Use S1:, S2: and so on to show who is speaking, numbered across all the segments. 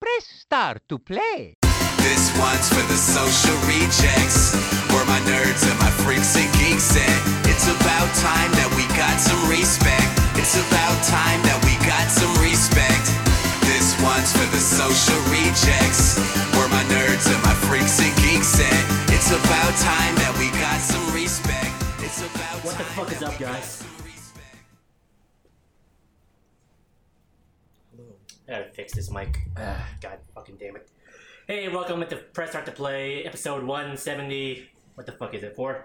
S1: Let's start to play.
S2: This one's for the social rejects. We're my nerds and my freaks and geeks, and it's about time that we got some respect. It's about time that we got some respect. This one's for the social rejects. We're my nerds and my freaks and geeks, and it's about time that we got some respect. It's about
S3: What the
S2: time
S3: fuck
S2: that
S3: is up,
S2: we got
S3: guys?
S2: some respect.
S3: I gotta fix this mic. Ah, God fucking damn it. Hey, welcome to Press Start to Play, episode 170. What the fuck is it for?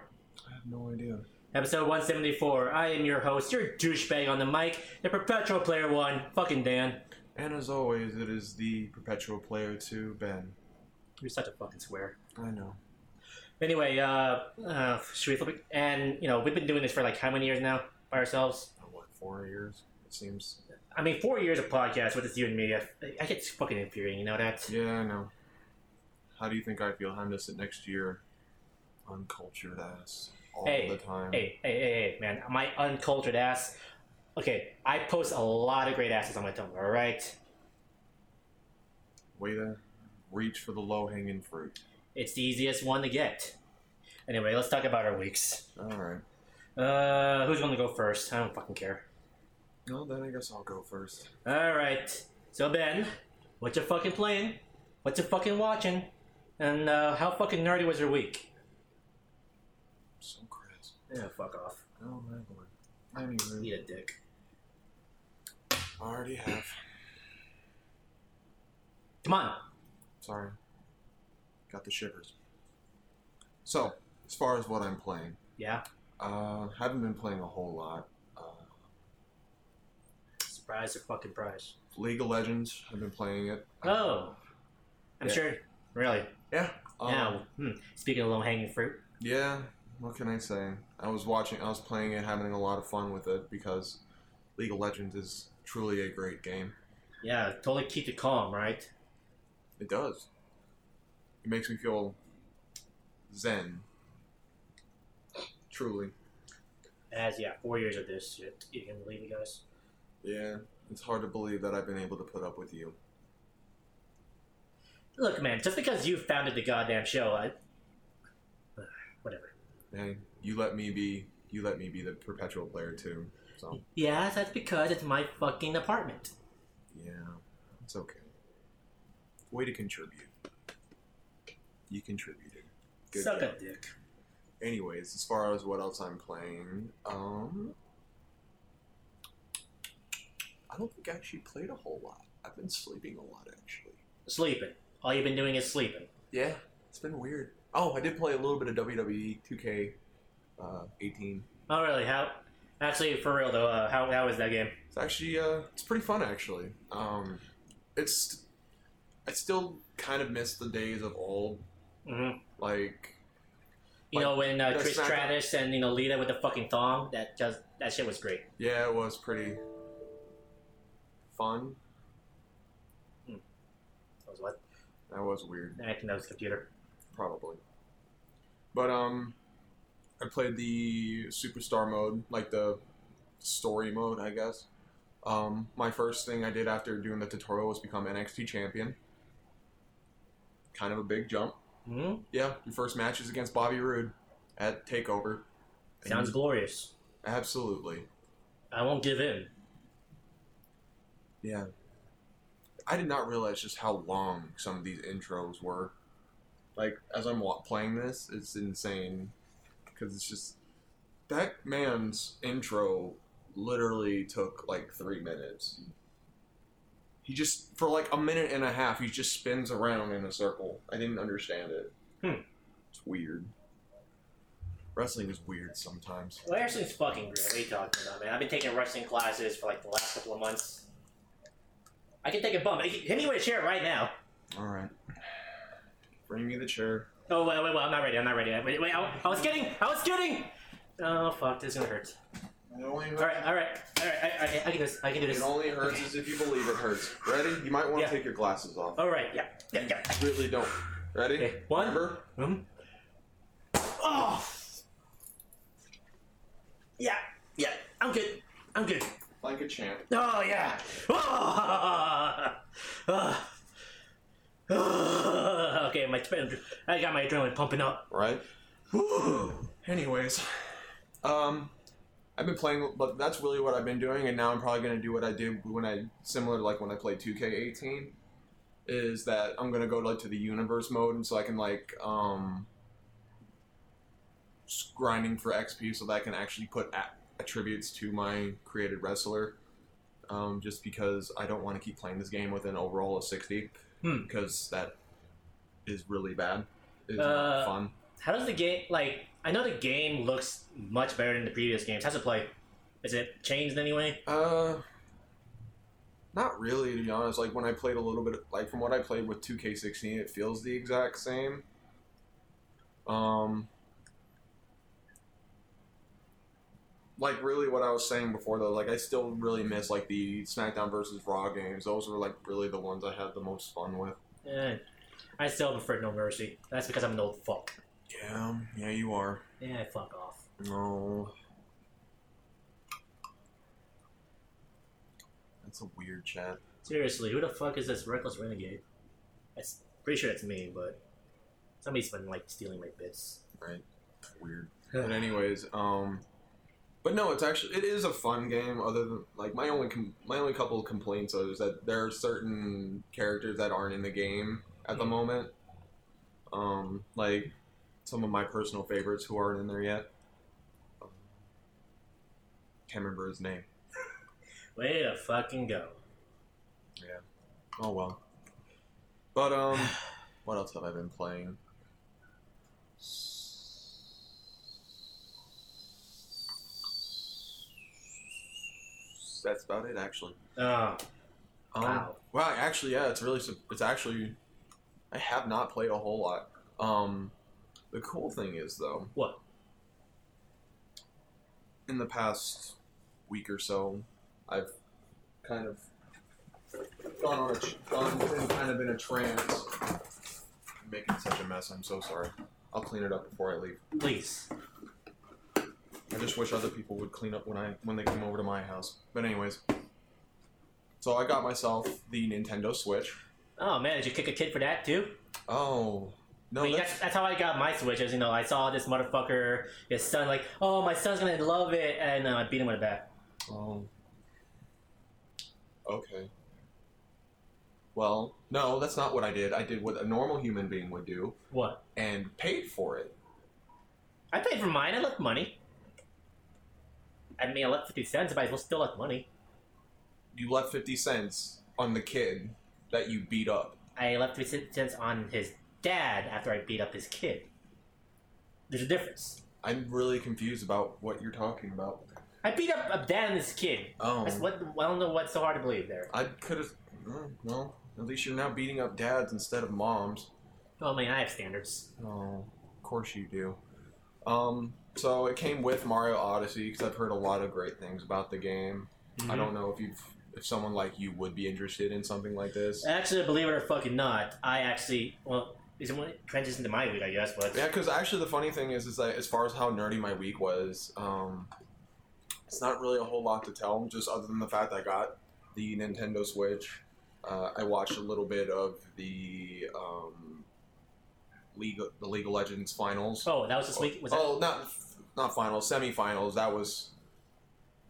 S4: No idea.
S3: Episode 174. I am your host, your douchebag on the mic, the perpetual player one, fucking Dan.
S4: And as always, it is the perpetual player to Ben.
S3: You're such a fucking swear.
S4: I know.
S3: Anyway, uh, uh should we flip it? And, you know, we've been doing this for like how many years now by ourselves?
S4: Uh, What four years? It seems.
S3: I mean, four years of podcasts with just you and me. I, I get fucking infuriating, you know that?
S4: Yeah, I know. How do you think I feel having to sit next to your uncultured ass all
S3: Hey,
S4: the time?
S3: Hey, hey, hey, hey, man, my uncultured ass. Okay, I post a lot of great asses on my Tumblr, all right?
S4: Way to reach for the low-hanging fruit.
S3: It's the easiest one to get. Anyway, let's talk about our weeks.
S4: All right.
S3: Uh, who's gonna go first? I don't fucking care.
S4: Well, then I guess I'll go first.
S3: All right. So Ben, what you fucking playing? What you fucking watching? And uh, how fucking nerdy was your week?
S4: So crass.
S3: Yeah, Eh, fuck off.
S4: Oh my lord. Anyway,
S3: Need a dick.
S4: I already have.
S3: Come on.
S4: Sorry. Got the shivers. So, as far as what I'm playing,
S3: Yeah.
S4: Uh, haven't been playing a whole lot. Uh,
S3: Surprise or fucking prize.
S4: League of Legends, I've been playing it.
S3: Oh, I'm
S4: Yeah.
S3: sure. Really?
S4: yeah. Um,
S3: yeah. Hmm. Speaking of low hanging fruit.
S4: yeah. What can I say? I was watching. I was playing it, having a lot of fun with it because League of Legends is truly a great game.
S3: Yeah, totally keep it calm, right?
S4: It does. It makes me feel zen. Truly.
S3: As yeah, four years of this shit. You can believe it, guys.
S4: Yeah. It's hard to believe that I've been able to put up with you.
S3: Look, man, just because you founded the goddamn show, I. Ugh, Whatever.
S4: Hey, you let me be. You let me be the perpetual player too. So
S3: Yeah, that's because it's my fucking apartment.
S4: Yeah, it's okay. Way to contribute. You contributed. Good
S3: Suck
S4: job.
S3: a dick.
S4: Anyways, as far as what else I'm playing, um, I don't think I actually played a whole lot. I've been sleeping a lot actually.
S3: Sleeping. All you've been doing is sleeping.
S4: Yeah, it's been weird. Oh, I did play a little bit of WWE 2K, uh, 18.
S3: Oh, really? How? Actually, for real though, uh, how how is that game?
S4: It's actually uh, it's pretty fun actually. Um, it's I still kind of miss the days of old.
S3: Mm-hmm.
S4: Like
S3: You know when uh,
S4: Like,
S3: Trish
S4: that's not-
S3: Stratus and you know Lita with the fucking thong. That just that shit was great.
S4: Yeah, it was pretty fun.
S3: That was what?
S4: That was weird,
S3: I think that was computer.
S4: probably. But um, I played the superstar mode, like the story mode, I guess. Um, my first thing I did after doing the tutorial was become NXT champion. Kind of a big jump.
S3: hmm
S4: Yeah, your first match is against Bobby Roode at Takeover. And
S3: Sounds
S4: you-
S3: glorious.
S4: absolutely.
S3: I won't give in.
S4: Yeah. I did not realize just how long some of these intros were. Like, as I'm wa- playing this, it's insane. Because it's just. That man's intro literally took like three minutes. He just, for like a minute and a half, he just spins around in a circle. I didn't understand it.
S3: Hmm.
S4: It's weird. Wrestling is weird sometimes.
S3: Well, wrestling's fucking great. What are you talking about, man? I've been taking wrestling classes for like the last couple of months. I can take a bump. I can- Hit me with a chair right now.
S4: Alright. Bring me the chair.
S3: Oh wait, wait, wait! I'm not ready. I'm not ready. Wait, wait! I, I was kidding. I was kidding. Oh fuck! This is gonna hurt.
S4: I
S3: All
S4: only
S3: right, all right, all right. I, I, I can do this. I can do this.
S4: It only hurts is if you believe it hurts. Ready? You might want
S3: Yeah.
S4: to take your glasses off.
S3: All right. Yeah. Yeah. Yeah.
S4: Really don't. Ready?
S3: Okay, one.
S4: Remember?
S3: Mhm. Oh. Yeah. Yeah. I'm good. I'm good.
S4: Like a champ.
S3: Oh yeah. Oh. Ah. okay, my I got my adrenaline pumping up.
S4: right? Whew. Anyways, um, I've been playing, but that's really what I've been doing, and now I'm probably gonna do what I did when I similar to like when I played 2K18, is that I'm gonna go like to the universe mode, and so I can like um, s- grinding for XP, so that I can actually put a- attributes to my created wrestler. Um, just because I don't want to keep playing this game with an overall of 60,
S3: Hmm.
S4: because that is really bad. It's
S3: Uh,
S4: not fun.
S3: How does the game like? I know the game looks much better than the previous games. How's it play? Is it changed in any way?
S4: Uh, not really, to be honest. Like when I played a little bit, like from what I played with 2K16, it feels the exact same. Um, like really, what I was saying before though, like I still really miss like the SmackDown versus Raw games. Those were like really the ones I had the most fun with.
S3: Eh, I still prefer No Mercy. That's because I'm an old fuck.
S4: Yeah, yeah, you are.
S3: Yeah, fuck off.
S4: No. That's a weird chat.
S3: Seriously, who the fuck is this reckless renegade? That's pretty sure it's me, but somebody's been like stealing my bits.
S4: right? It's weird. But anyways, um, but no, it's actually it is a fun game. Other than like my only com- my only couple of complaints is that there are certain characters that aren't in the game at the moment. Um, like some of my personal favorites who aren't in there yet. Um, Can't remember his name.
S3: Way to fucking go.
S4: Oh well. But um, what else have I been playing? That's about it, actually.
S3: Oh,
S4: Um,
S3: Wow.
S4: Wow. Actually, yeah, it's really su- it's actually I have not played a whole lot. Um, the cool thing is though,
S3: what?
S4: in the past week or so, I've kind of gone on a tr- gone been kind of in a trance. I'm making such a mess. I'm so sorry. I'll clean it up before I leave.
S3: Please.
S4: I just wish other people would clean up when I when they come over to my house. But anyways, so I got myself the Nintendo Switch.
S3: Oh man, did you kick a kid for that too?
S4: Oh no,
S3: I mean,
S4: that's,
S3: that's, that's how I got my Switch. Is you know, I saw this motherfucker, his son, like, oh, my son's gonna love it, and uh, I beat him with a bat.
S4: Oh. Okay. Well, no, that's not what I did. I did what a normal human being would do
S3: What?
S4: and paid for it.
S3: I paid for mine. I left money. I mean, I left fifty cents, but I was still left money.
S4: You left 50 cents on the kid that you beat up.
S3: I left fifty cents on his dad after I beat up his kid. There's a difference.
S4: I'm really confused about what you're talking about.
S3: I beat up a dad and his kid.
S4: Oh.
S3: That's what I don't know what's so hard to believe there.
S4: I could have. Well, at least you're now beating up dads instead of moms.
S3: Well, Oh, I mean, I have standards.
S4: Oh, of course you do. Um, so it came with Mario Odyssey because I've heard a lot of great things about the game.
S3: Mm-hmm.
S4: I don't know if you if someone like you would be interested in something like this.
S3: Actually, believe it or fucking not, I actually well, is it when it transitions into my week, I guess, but
S4: Yeah, because actually the funny thing is, is that as far as how nerdy my week was, um, it's not really a whole lot to tell, just other than the fact I got the Nintendo Switch. Uh, I watched a little bit of the um, League the League of Legends finals.
S3: oh, that was this week. Was that?
S4: oh, not not finals, semifinals. That was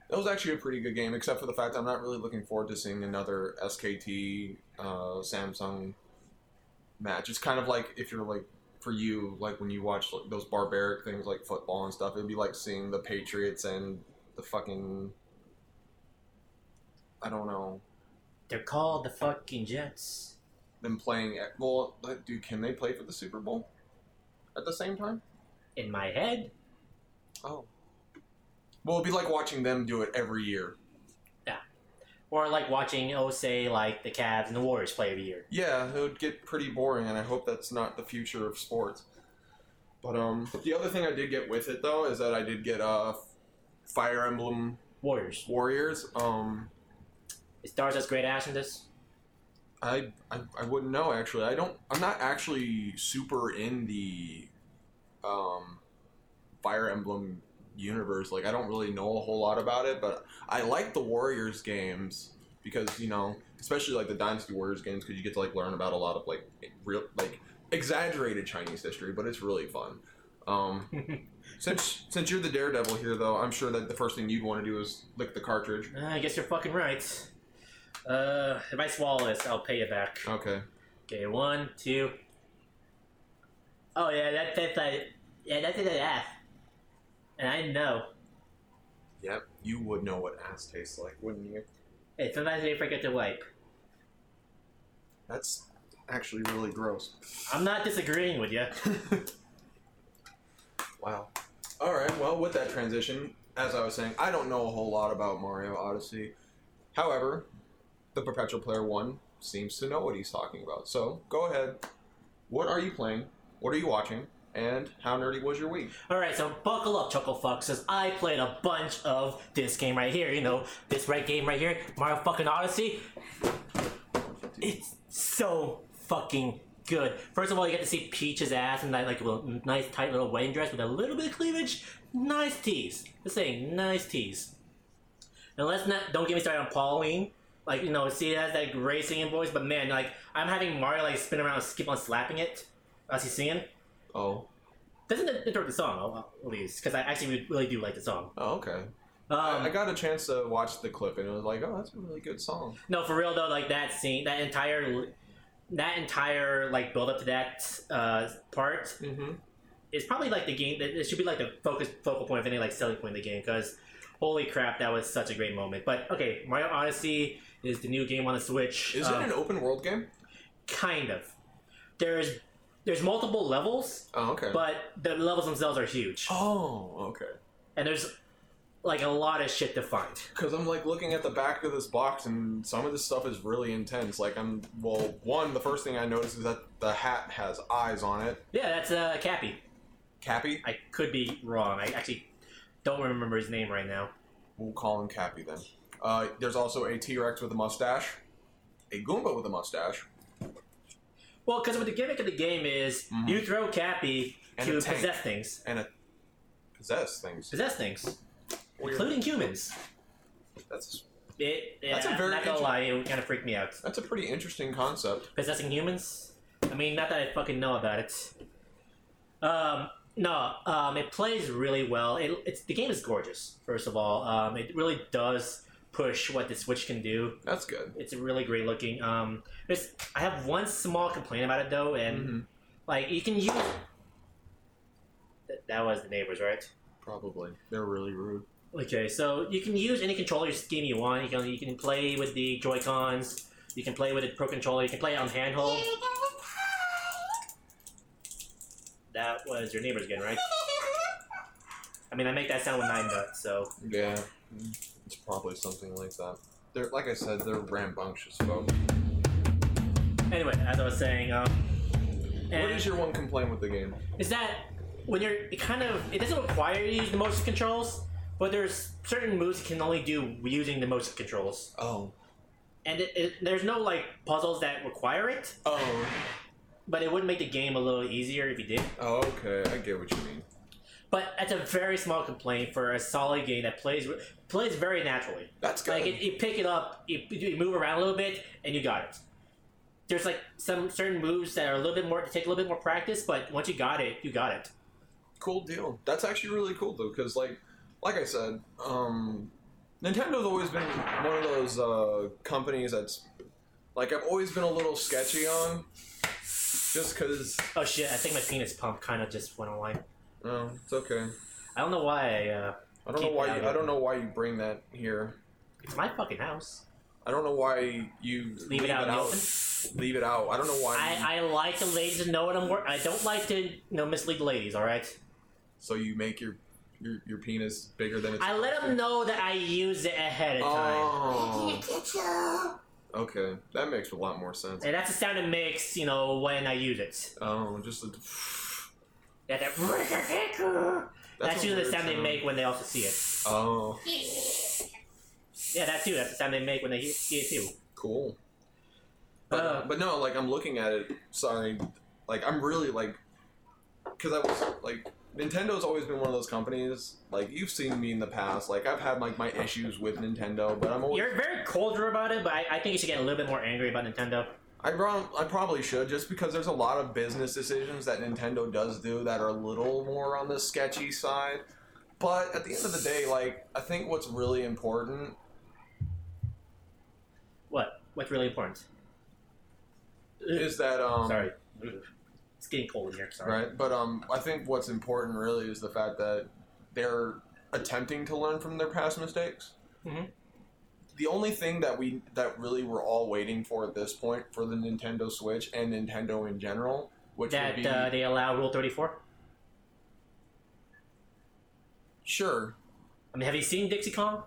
S4: that was actually a pretty good game, except for the fact I'm not really looking forward to seeing another SKT uh, Samsung match. It's kind of like if you're like for you, like when you watch like, those barbaric things like football and stuff, it'd be like seeing the Patriots and the fucking I don't know
S3: They're called the fucking Jets.
S4: them playing. At, well, like, dude, can they play for the Super Bowl at the same time?
S3: In my head,
S4: Oh. Well, it'd be like watching them do it every year.
S3: or like watching, oh, say like the Cavs and the Warriors play every year.
S4: Yeah, it would get pretty boring, and I hope that's not the future of sports. But um, the other thing I did get with it though is that I did get uh, Fire Emblem
S3: Warriors.
S4: Warriors. Um,
S3: Is Darza's great ass in this?
S4: I, I I wouldn't know actually. I don't. I'm not actually super in the um, Fire Emblem universe. Like I don't really know a whole lot about it, but I like the Warriors games because you know, especially like the Dynasty Warriors games, because you get to like learn about a lot of like real like exaggerated Chinese history, but it's really fun. Um, since since you're the daredevil here, though, I'm sure that the first thing you'd want to do is lick the cartridge.
S3: Uh, I guess you're fucking right. Uh, if I swallow this, I'll pay you back.
S4: Okay.
S3: Okay, one, two. Oh yeah, that that's like yeah, that's an ass. And I know.
S4: Yep. You would know what ass tastes like, wouldn't you?
S3: Hey, sometimes they forget to wipe.
S4: That's actually really gross.
S3: I'm not disagreeing with you.
S4: Wow. All right. Well, with that transition, as I was saying, I don't know a whole lot about Mario Odyssey. However, the Perpetual Player One seems to know what he's talking about. So go ahead. What are you playing? What are you watching? And how nerdy was your week?
S3: All right, so buckle up, Chuckle Fucks, because I played a bunch of this game right here. You know, this right game right here, Mario fucking Odyssey. It's so fucking good. First of all, you get to see Peach's ass in that like little, nice tight little wedding dress with a little bit of cleavage. Nice tease. Just saying, nice tease. And let's not don't get me started on Pauline. Like you know, see it has that gray singing voice, but man, like I'm having Mario like spin around, and skip on slapping it as he's singing.
S4: Oh.
S3: Doesn't interrupt the song, I'll- at least, because I actually really do like the song.
S4: Oh, okay.
S3: Um,
S4: I, I got a chance to watch the clip, and it was like, oh, that's a really good song.
S3: No, for real though, like that scene, that entire, that entire like build up to that uh, part
S4: Mm-hmm.
S3: is probably like the game. It should be like the focus focal point of any like selling point of the game because holy crap, that was such a great moment. But okay, Mario Odyssey is the new game on the Switch.
S4: Is
S3: Uh,
S4: it an open world game?
S3: kind of? There's there's multiple levels,
S4: Oh, okay.
S3: but the levels themselves are huge,
S4: oh, okay.
S3: and there's like a lot of shit to find.
S4: Because I'm like looking at the back of this box, and some of this stuff is really intense. Like I'm, well, one, the first thing I notice is that the hat has eyes on it.
S3: Yeah, that's uh, Cappy.
S4: Cappy,
S3: I could be wrong. I actually don't remember his name right now.
S4: we'll call him Cappy then. Uh, there's also a T-Rex with a mustache, a Goomba with a mustache.
S3: Well, because what the gimmick of the game is,
S4: Mhm.
S3: you throw Cappy
S4: And
S3: to
S4: a tank.
S3: possess things,
S4: and a possess things.
S3: possess things,
S4: Weird.
S3: including humans.
S4: That's
S3: It,
S4: That's a
S3: I'm
S4: very
S3: not gonna
S4: inter-
S3: lie, it kind of freaked me out.
S4: that's a pretty interesting concept.
S3: Possessing humans? I mean, not that I fucking know about it. Um, no, um, it plays really well. It, it's the game is gorgeous. First of all, um, it really does push what the Switch can do.
S4: That's good.
S3: It's really great looking. Um, there's, I have one small complaint about it though, and
S4: Mhm.
S3: like you can use. Th- That was the neighbors, right?
S4: Probably they're really rude.
S3: Okay, so you can use any controller scheme you want. You can you can play with the Joy Cons. You can play with a Pro Controller. You can play on handhold. That was your neighbors again, right? I mean, I make that sound with nine nuts, so
S4: Yeah, it's probably something like that. They're like I said, they're rambunctious folk.
S3: anyway, as I was saying, um,
S4: What
S3: and
S4: is your one complaint with the game?
S3: is that when you're it kind of it doesn't require you to use the motion controls, but there's certain moves you can only do using the motion controls,
S4: Oh,
S3: and it, it, there's no like puzzles that require it,
S4: oh,
S3: but it would make the game a little easier if you did.
S4: oh. Okay, I get what you mean.
S3: But that's a very small complaint for a solid game that plays plays very naturally.
S4: That's good.
S3: Like it, you pick it up, you, you move around a little bit, and you got it. There's like some certain moves that are a little bit more take a little bit more practice, but once you got it, you got it.
S4: cool deal. That's actually really cool though, because like, like I said, um, Nintendo's always been one of those uh, companies that's like I've always been a little sketchy on, just because.
S3: Oh shit! I think my penis pump kind of just went online.
S4: No, it's okay.
S3: I don't know why. I, uh,
S4: I don't know
S3: Keep it
S4: why.
S3: out
S4: You,
S3: of
S4: I
S3: it.
S4: don't know why you bring that here.
S3: it's my fucking house.
S4: I don't know why you
S3: Leave it out in the open.
S4: Leave it out. I don't know why. you-
S3: I, I like the ladies to know what I'm working. I don't like to you know mislead the ladies. All right.
S4: so you make your your, your penis bigger than it's.
S3: I let them know that I use it ahead of time.
S4: Oh. Okay, that makes a lot more sense.
S3: And that's the sound it makes, you know, when I use it.
S4: Oh, just a,
S3: That, that- that's,
S4: that's a
S3: usually the
S4: weird
S3: sound they make when they also see it.
S4: Oh,
S3: Yeah, that too. That's the sound they make when they he- see it too.
S4: cool. But,
S3: Uh.
S4: but no, like I'm looking at it. Sorry, like I'm really like, because I was like, Nintendo's always been one of those companies. Like you've seen me in the past. Like I've had like my issues with Nintendo, but I'm always
S3: You're very colder about it, but I, I think you should get a little bit more angry about Nintendo.
S4: I, prob- I probably should just because there's a lot of business decisions that Nintendo does do that are a little more on the sketchy side. But at the end of the day, like I think what's really important
S3: What? What's really important?
S4: is that um
S3: Sorry. It's getting cold in here. Sorry.
S4: right, but um I think what's important really is the fact that they're attempting to learn from their past mistakes.
S3: Mhm.
S4: The only thing that we that really we're all waiting for at this point for the Nintendo Switch and Nintendo in general, which would
S3: That
S4: be
S3: uh, they allow Rule 34?
S4: sure
S3: I mean, have you seen Dixie Kong?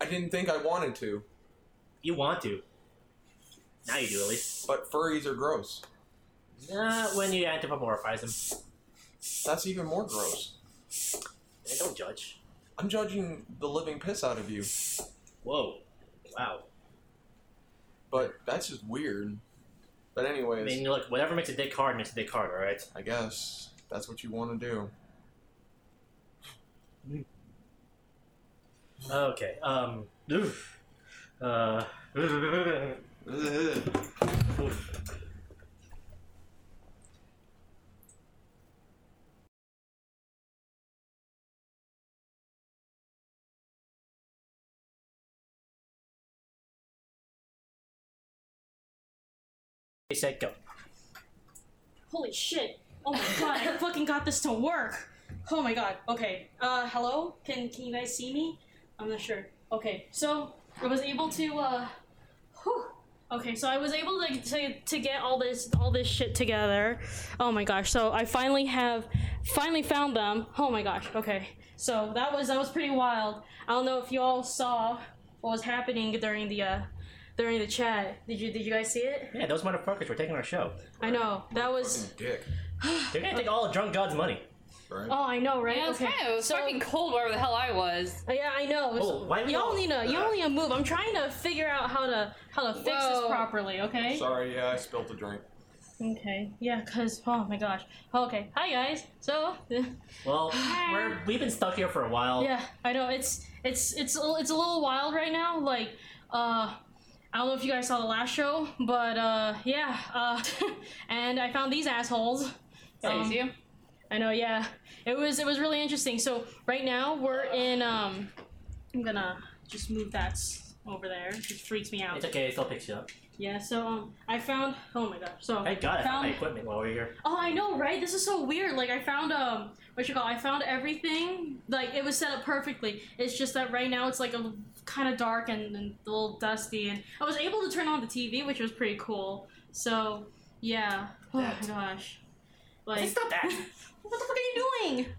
S4: I didn't think I wanted to,
S3: You want to. Now you do, at least.
S4: but furries are gross.
S3: Not when you anthropomorphize them.
S4: That's even more gross.
S3: They don't judge.
S4: I'm judging the living piss out of you,
S3: Whoa. Wow.
S4: but that's just weird. But
S3: I
S4: anyways,
S3: mean, look, whatever makes a dick hard makes a dick hard, alright?
S4: I guess that's what you want to do.
S3: Okay. Um. Oof. Uh. oof. He said go.
S1: Holy shit. Oh my god, I fucking got this to work. Oh my god. Okay. Uh hello? Can can you guys see me? I'm not sure. Okay. So, I was able to uh whew. Okay, so I was able to, to to get all this all this shit together. Oh my gosh. So, I finally have finally found them. Oh my gosh. Okay. So, that was that was pretty wild. I don't know if you all saw what was happening during the uh during the chat. Did you did you guys see it?
S3: Yeah, those motherfuckers were taking our show.
S1: I know. That was
S4: Fucking dick,
S3: They're gonna take all of Drunk God's money.
S4: right?
S1: Oh, I know, right?
S5: Yeah, it's
S1: okay.
S5: kind of it was
S1: so,
S5: fucking cold wherever the hell I was.
S1: Uh, Yeah, I know.
S3: Oh, why we
S1: y'all
S3: all-
S1: need a y'all need a move. I'm trying to figure out how to how to fix this
S5: Whoa.
S1: properly. Okay.
S4: Sorry, yeah, I spilled a drink.
S1: Okay. Yeah, cause oh my gosh. Okay. Hi guys. So
S3: Well, we're, we've been stuck here for a while.
S1: yeah, I know it's it's it's a li- it's a little wild right now. Like uh. I don't know if you guys saw the last show, but uh, yeah, uh, and I found these assholes.
S5: Hey,
S1: Um,
S5: Oh, see you?
S1: I know, yeah. It was it was really interesting. So right now we're in um I'm gonna just move that s- over there. It freaks me out.
S3: It's okay, it still picks you up.
S1: Yeah, so um I found oh my gosh. So
S3: Thank God I found
S1: Found-
S3: my equipment while we were here.
S1: Oh I know, right? This is so weird. Like I found um what you call I found everything. Like it was set up perfectly. It's just that right now it's like a kind of dark and, and a little dusty and I was able to turn on the TV, which was pretty cool. So yeah. Oh my
S3: That.
S1: gosh.
S3: Hey,
S1: Like
S3: Stop that!
S1: what the fuck are you doing?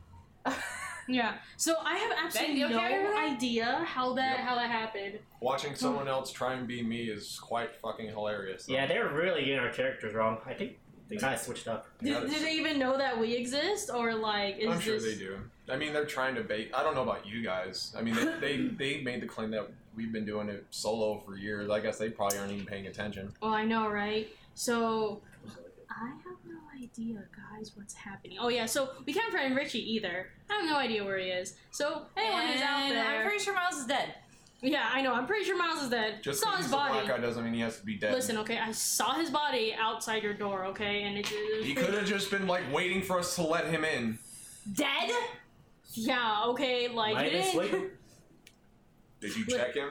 S1: yeah. So I have absolutely
S5: you okay
S1: no
S5: over there?
S1: idea how that
S4: Yep.
S1: how that happened.
S4: Watching someone else try and be me is quite fucking hilarious. though.
S3: Yeah, they're really getting our characters wrong. I think they kind of switched up.
S4: Yeah,
S1: Did,
S4: it's-
S1: did they even know that we exist or like is
S4: I'm sure
S1: this
S4: they do. I mean, they're trying to bait. I don't know about you guys. I mean, they, they they made the claim that we've been doing it solo for years. I guess they probably aren't even paying attention.
S1: Oh, I know, right? So I have no idea, guys, what's happening. Oh yeah, so we can't find Richie either. I have no idea where he is. So anyone who's out
S5: And
S1: there,
S5: I'm pretty sure Miles is dead.
S1: yeah, I know. I'm pretty sure Miles is dead.
S4: Just
S1: Saw
S4: because
S1: his
S4: he's a black
S1: body.
S4: guy doesn't mean he has to be dead.
S1: Listen, okay, I saw his body outside your door, okay, and it, it was
S4: He
S1: pretty-
S4: could have just been like waiting for us to let him in.
S5: Dead?
S1: Yeah, okay, like
S3: Might
S1: you
S3: have been
S1: didn't.
S3: sleeping.
S4: Did you
S1: Look-
S4: check him?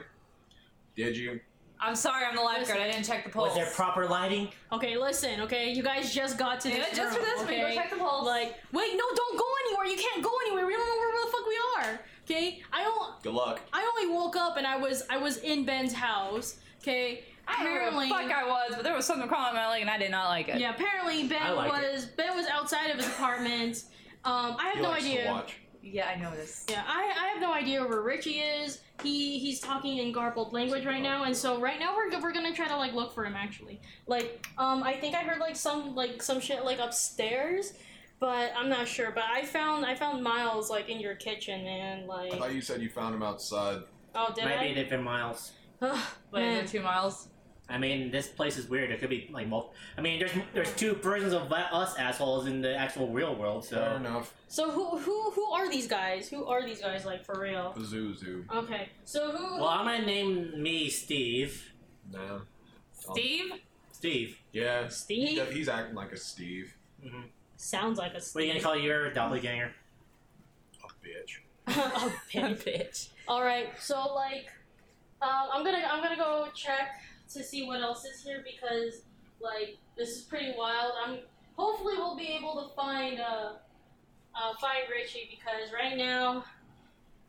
S4: Did you?
S5: I'm sorry, I'm the lifeguard. I didn't check the pulse.
S3: Was there proper lighting?
S1: Okay, listen, okay? You guys just got to
S5: Yeah,
S1: this
S5: just for
S1: room,
S5: this one,
S1: okay?
S5: go check the pulse.
S1: Like, wait, no, don't go anywhere. You can't go anywhere. We don't know where the fuck we are. Okay? I don't
S4: Good luck.
S1: I only woke up and I was I was in Ben's house. Okay?
S5: I don't know where
S1: Apparently
S5: the fuck I was, but there was something crawling on my leg and I did not like it.
S1: Yeah, apparently
S3: I
S1: Ben
S3: like it.
S1: was Ben was outside of his apartment. Um, I have
S4: He
S1: no
S4: likes
S1: idea.
S4: To watch.
S5: Yeah, I know this.
S1: Yeah, I, I have no idea where Richie is. He he's talking in garbled language right now, and so right now we're we're gonna try to like look for him actually. Like um, I think I heard like some like some shit like upstairs, but I'm not sure. But I found I found Miles like in your kitchen, man. Like
S4: I thought you said you found him outside.
S1: oh did
S3: Might be
S1: I?
S3: different miles.
S1: Ugh,
S5: Wait,
S1: man.
S5: is it two miles?
S3: I mean, this place is weird. It could be like multiple. I mean, there's there's two versions of that- us assholes in the actual real world.
S4: Fair
S3: So
S4: enough.
S1: So who who who are these guys? Who are these guys like for real?
S4: Pazuzu.
S1: Okay, so who?
S3: well, I'm gonna name me Steve.
S4: Nah.
S5: Steve?
S3: Steve.
S4: Yeah.
S1: Steve?
S4: Yeah, he's acting like a Steve.
S1: Sounds like a
S3: What are you gonna
S1: Steve.
S3: call your doppelganger?
S4: A bitch.
S1: a pimp.
S6: bitch.
S1: All right, so like, um, I'm gonna I'm gonna go check to see what else is here because like this is pretty wild. I'm hopefully we'll be able to find uh, uh find Richie because right now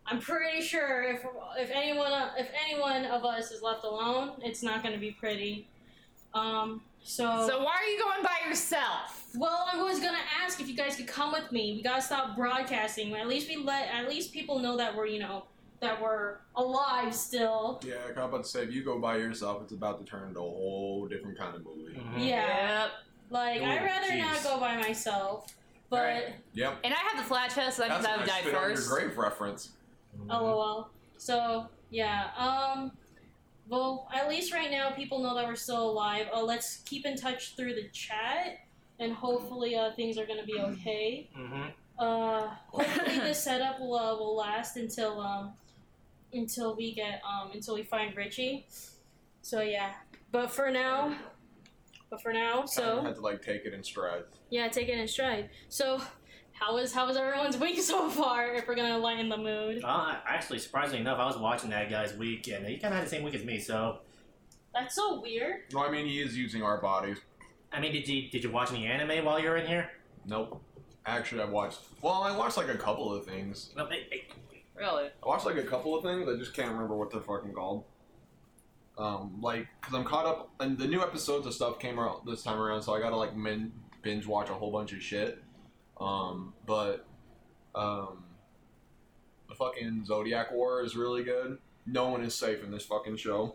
S1: I'm pretty sure if if anyone uh, if anyone of us is left alone, it's not gonna be pretty. Um,
S5: So why are you going by yourself?
S1: well, I was gonna ask if you guys could come with me. We gotta stop broadcasting. At least we let at least people know that we're you know that we're alive still.
S4: Yeah, like I was about to say, if you go by yourself, it's about to turn into a whole different kind of movie.
S3: Mhm.
S1: Yeah,
S5: Yep.
S1: like I'd
S3: Ooh,
S1: rather not
S3: jeez.
S1: go by myself. But
S3: Alright.
S4: Yep.
S5: And I have the flat chest, so I
S4: That's
S5: just I
S4: when
S5: would
S4: I
S5: die
S4: spit
S5: first.
S4: on your grave reference.
S3: Mm-hmm.
S1: lol. So yeah, um, well at least right now people know that we're still alive. Uh, let's keep in touch through the chat, and hopefully uh, things are gonna be okay.
S3: Mhm.
S1: Uh, hopefully this setup will uh, will last until um until we get um until we find Richie. So yeah, but for now, but for now,
S4: I
S1: so
S4: had to like take it in stride.
S1: yeah, take it in stride. So how was how was everyone's week so far? If we're gonna lighten the mood,
S3: Uh, actually, surprisingly enough, I was watching that guy's week, and he kind of had the same week as me. So,
S1: that's so weird.
S4: No, I mean he is using our bodies.
S3: I mean, did you did you watch any anime while you were in here?
S4: Nope. Actually, I watched. Well, I watched like a couple of things.
S3: No, I- I-
S5: Really?
S4: I watched like a couple of things. I just can't remember what they're fucking called. Um, like, cause I'm caught up, and the new episodes of stuff came out this time around, so I gotta like min- binge watch a whole bunch of shit. Um, but um, the fucking Zodiac War is really good. No one is safe in this fucking show.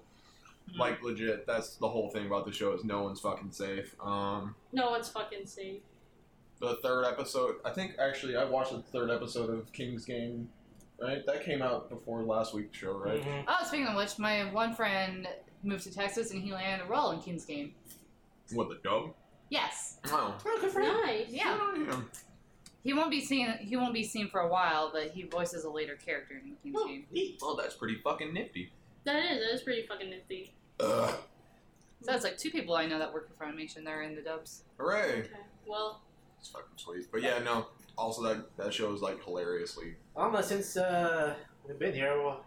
S4: Like legit, that's the whole thing about the show is no one's fucking safe. Um,
S1: No one's fucking safe.
S4: the third episode. I think actually I watched the third episode of King's Game. Right, that came out before last week's show, right?
S1: Mm-hmm.
S3: Mhm.
S5: Oh, speaking of which, my one friend moved to Texas and he landed a role in King's Game.
S4: What the dub?
S5: Yes.
S4: Oh,
S1: Nice.
S5: Yeah.
S4: yeah.
S5: He won't be seen he won't be seen for a while, but he voices a later character in the King's
S1: Oh.
S5: Game.
S4: Well, Oh, that's pretty fucking nifty.
S1: That is that is pretty fucking nifty.
S4: Ugh.
S5: So that's like two people I know that work for Funimation that are in the dubs.
S4: Hooray!
S1: Okay. Well,
S4: It's fucking sweet. But yeah, no. Also, that that show is like hilariously.
S3: Alma, since uh, we've been here, well,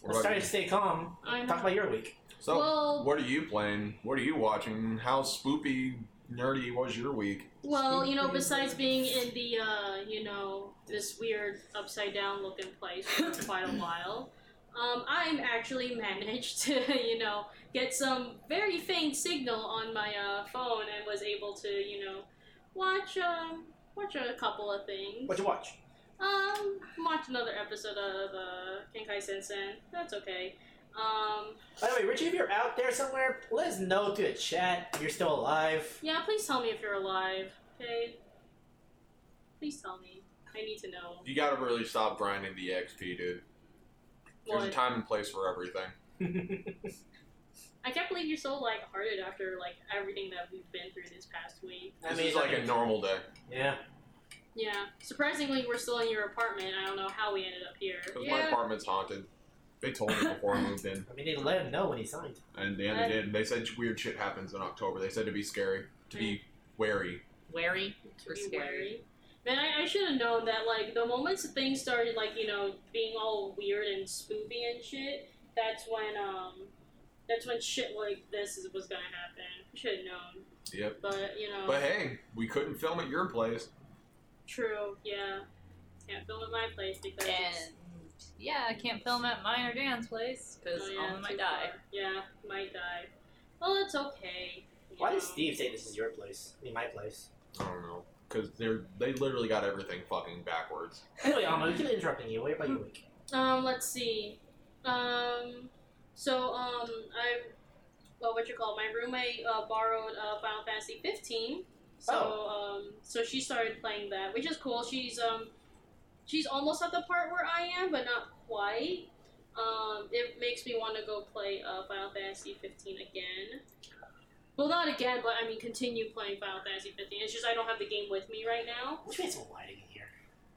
S4: What
S3: let's
S4: about
S3: try to
S4: you?
S3: stay calm.
S1: I know.
S3: Talk about your week.
S4: So,
S1: well,
S4: what are you playing? What are you watching? How spoopy, nerdy was your week?
S1: Well, you know, besides being in the, uh, you know, this weird upside down looking place for quite a while, um, I'm actually managed to, you know, get some very faint signal on my uh, phone and was able to, you know, watch um, watch a couple of things.
S3: What you watch?
S1: Um, watch another episode of uh, Kenkai Sensen. That's okay. Um,
S3: By the way, Richie, if you're out there somewhere, let us know through the chat if you're still alive.
S1: yeah, please tell me if you're alive, okay? Please tell me. I need to know.
S4: You gotta really stop grinding the XP, dude. There's a
S1: What?
S4: time and place for everything.
S1: I can't believe you're so like hearted after like everything that we've been through this past week.
S3: I
S4: This
S3: mean,
S4: is like
S3: I
S4: a
S3: mean-
S4: normal day.
S3: Yeah.
S1: Yeah. Surprisingly, we're still in your apartment. I don't know how we ended up here.
S4: Because my
S5: Yeah.
S4: apartment's haunted. They told me before I moved in,
S3: I mean, they let him know when he signed.
S4: and yeah, they did. They said weird shit happens in October. They said to be scary, to be wary.
S5: Wary.
S1: To
S5: Or
S1: be
S5: scary.
S1: wary. Man, I, I should have known that like the moments things started like you know being all weird and spoopy and shit. That's when um, that's when shit like this is, was gonna happen. I should have known.
S4: Yep.
S1: But you know,
S4: But hey, we couldn't film at your place.
S1: true. Yeah. Can't film at my place because it's-
S5: And yeah, I can't film at mine or Dan's place because
S1: oh,
S5: oh,
S1: yeah,
S5: might
S1: too
S5: die.
S1: far. Yeah, might die. Well, it's okay. you
S3: Why
S1: know.
S3: did Steve say this is your place? I mean, my place.
S4: I don't know, because they're they literally got everything fucking backwards.
S3: Anyway, Alma, we keep interrupting you. What about your week?
S1: Um, let's see. Um, so um, I, well, what you call it? my roommate uh, borrowed uh, Final Fantasy 15. So um, so she started playing that, which is cool. She's um, she's almost at the part where I am, but not quite. Um, it makes me want to go play uh, Final Fantasy 15 again. Well, not again, but I mean, continue playing Final Fantasy 15. It's just I don't have the game with me right now.
S3: Wish we had some lighting in here.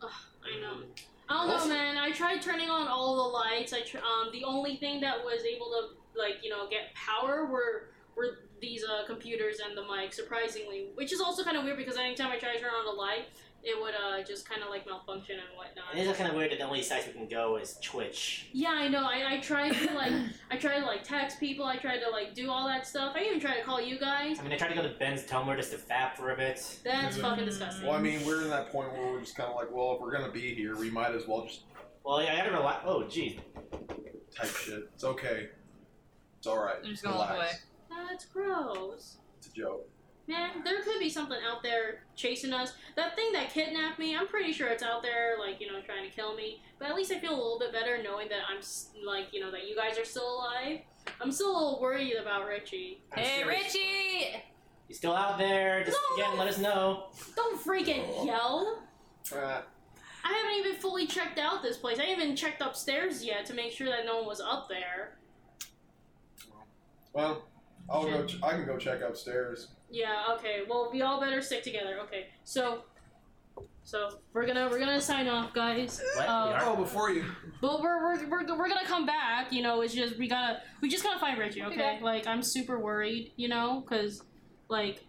S1: I know. I don't know, man. I tried turning on all the lights. I tr- um, the only thing that was able to like you know get power were were these uh, computers and the mic, surprisingly, which is also kind of weird because anytime I try to turn on the light, it would uh, just kind of like malfunction and whatnot.
S3: It is kind of weird that the only sites we can go is Twitch.
S1: Yeah, I know. I, I tried to like I tried to like text people. I tried to like do all that stuff. I even tried to call you guys.
S3: I mean, I tried to go to Ben's Tumblr just to fap for a bit.
S1: That's
S4: Yeah.
S1: fucking disgusting.
S4: Well, I mean, we're in that point where we're just kind of like, well, if we're gonna be here, we might as well just
S3: Well, yeah, I gotta rely. Oh, geez.
S4: type shit. It's okay. It's all right.
S5: I'm just gonna look
S4: Relax.
S5: away.
S1: That's gross.
S4: It's a joke.
S1: Man, there could be something out there chasing us. That thing that kidnapped me, I'm pretty sure it's out there, like, you know, trying to kill me. But at least I feel a little bit better knowing that I'm, s- like, you know, that you guys are still alive. I'm still a little worried about Richie.
S3: I'm
S5: Hey,
S3: serious.
S5: Richie!
S3: You still out there? Just
S1: No!
S3: again, let us know.
S1: Don't
S3: Oh.
S1: freaking yell!
S4: Ah,
S1: I haven't even fully checked out this place. I haven't even checked upstairs yet to make sure that no one was up there.
S4: well, I'll go. Ch- I can go check upstairs.
S1: Yeah, okay. Well, we all better stick together. Okay, so. So, we're gonna, we're gonna sign off, guys.
S3: What?
S1: Uh,
S3: we are?
S4: Oh, before you.
S1: But we're, we're, we're, we're gonna come back, you know. It's just we gotta we just gotta find Reggie, okay?
S5: Okay.
S1: Like I'm super worried, you know, because like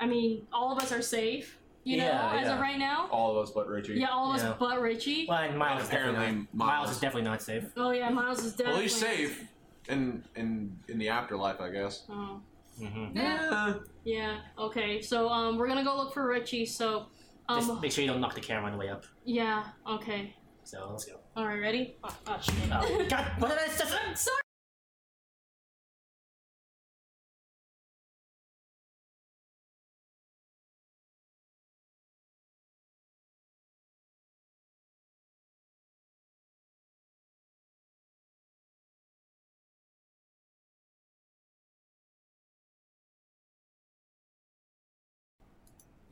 S1: I mean all of us are safe, you know,
S3: Yeah,
S1: as of
S3: yeah.
S1: right now.
S4: All of us but Richie.
S1: Yeah, all of
S3: Yeah.
S1: us but Richie.
S3: Well, and Miles is definitely
S4: Apparently,
S3: not. Miles
S4: Miles.
S3: is definitely not safe.
S1: Oh yeah, Miles is dead.
S4: Well, he's safe in in in the afterlife, I guess.
S1: Oh
S3: Mm-hmm.
S4: Yeah.
S1: yeah. Okay, so um we're gonna go look for Richie. So
S3: Just
S1: um
S3: make sure you don't knock the camera on the way up.
S1: yeah. Okay.
S3: So let's go.
S1: All right. Ready? Oh, oh, shit.
S3: Oh, God, what did I say?
S1: Sorry.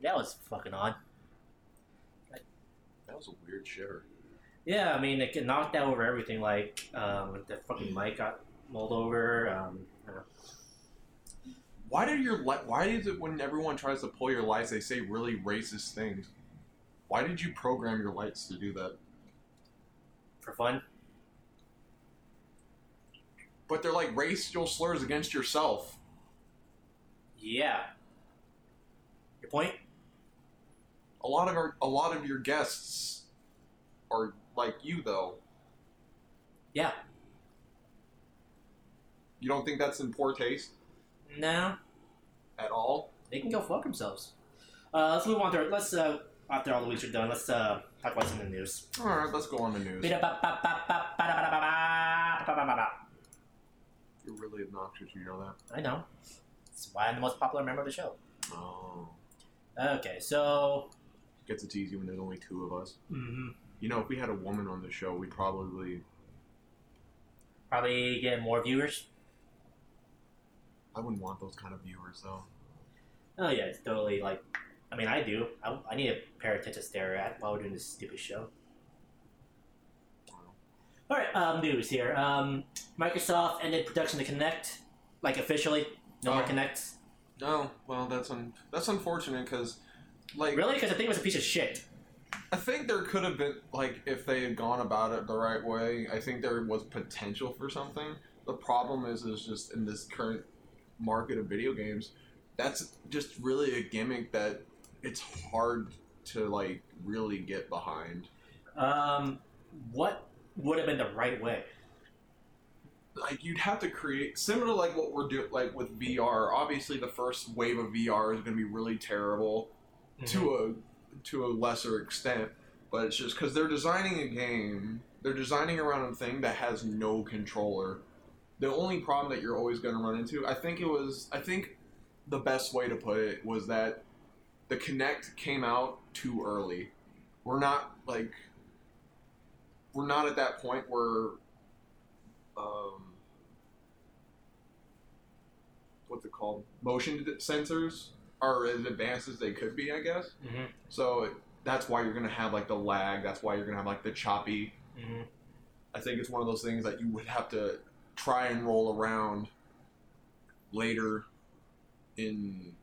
S3: That was fucking odd.
S4: That was a weird shiver.
S3: Yeah, I mean, it got knocked out over everything. Like, um, the fucking mic got mulled over. Um, uh,
S4: Why did your li- Why is it when everyone tries to pull your lights, they say really racist things? Why did you program your lights to do that?
S3: for fun.
S4: But they're like racial slurs against yourself.
S3: Yeah. Your point?
S4: A lot of our, a lot of your guests are like you though.
S3: Yeah.
S4: You don't think that's in poor taste
S3: No,
S4: at all?
S3: they can go fuck themselves. Uh, let's move on to. Let's uh, after all the weeks are done, let's uh talk about some of the news.
S4: All right, let's go on the news.
S3: I
S4: You're really obnoxious. You know that.
S3: know. That's why I'm the most popular member of the show.
S4: Oh,
S3: Okay, so.
S4: gets it easy when there's only two of us.
S3: Mm-hmm.
S4: You know, if we had a woman on the show, we'd probably
S3: Probably get more viewers.
S4: I wouldn't want those kind of viewers though.
S3: Oh, yeah, it's totally like. I mean, I do. I, I need a pair of tits to stare at while we're doing this stupid show. Alright, um, news here. Um, Microsoft ended production to Connect, like officially. No more
S4: Oh.
S3: Connects.
S4: No, well, that's un- that's unfortunate because, like,
S3: Really? Because I think it was a piece of shit.
S4: I think there could have been like if they had gone about it the right way. I think there was potential for something. The problem is, is just in this current market of video games, that's just really a gimmick that it's hard to like really get behind.
S3: Um, what would have been the right way?
S4: like you'd have to create similar to like what we're doing like with VR. Obviously, the first wave of VR is going to be really terrible Mm-hmm. to a to a lesser extent, but it's just because they're designing a game, they're designing around a thing that has no controller. The only problem that you're always going to run into, I think it was, I think the best way to put it was that the Kinect came out too early. We're not like we're not at that point where um, what's it called? Motion sensors are as advanced as they could be, I guess.
S3: Mhm.
S4: So that's why you're gonna have like the lag. That's why you're gonna have like the choppy.
S3: hmm
S4: I think it's one of those things that you would have to try and roll around later in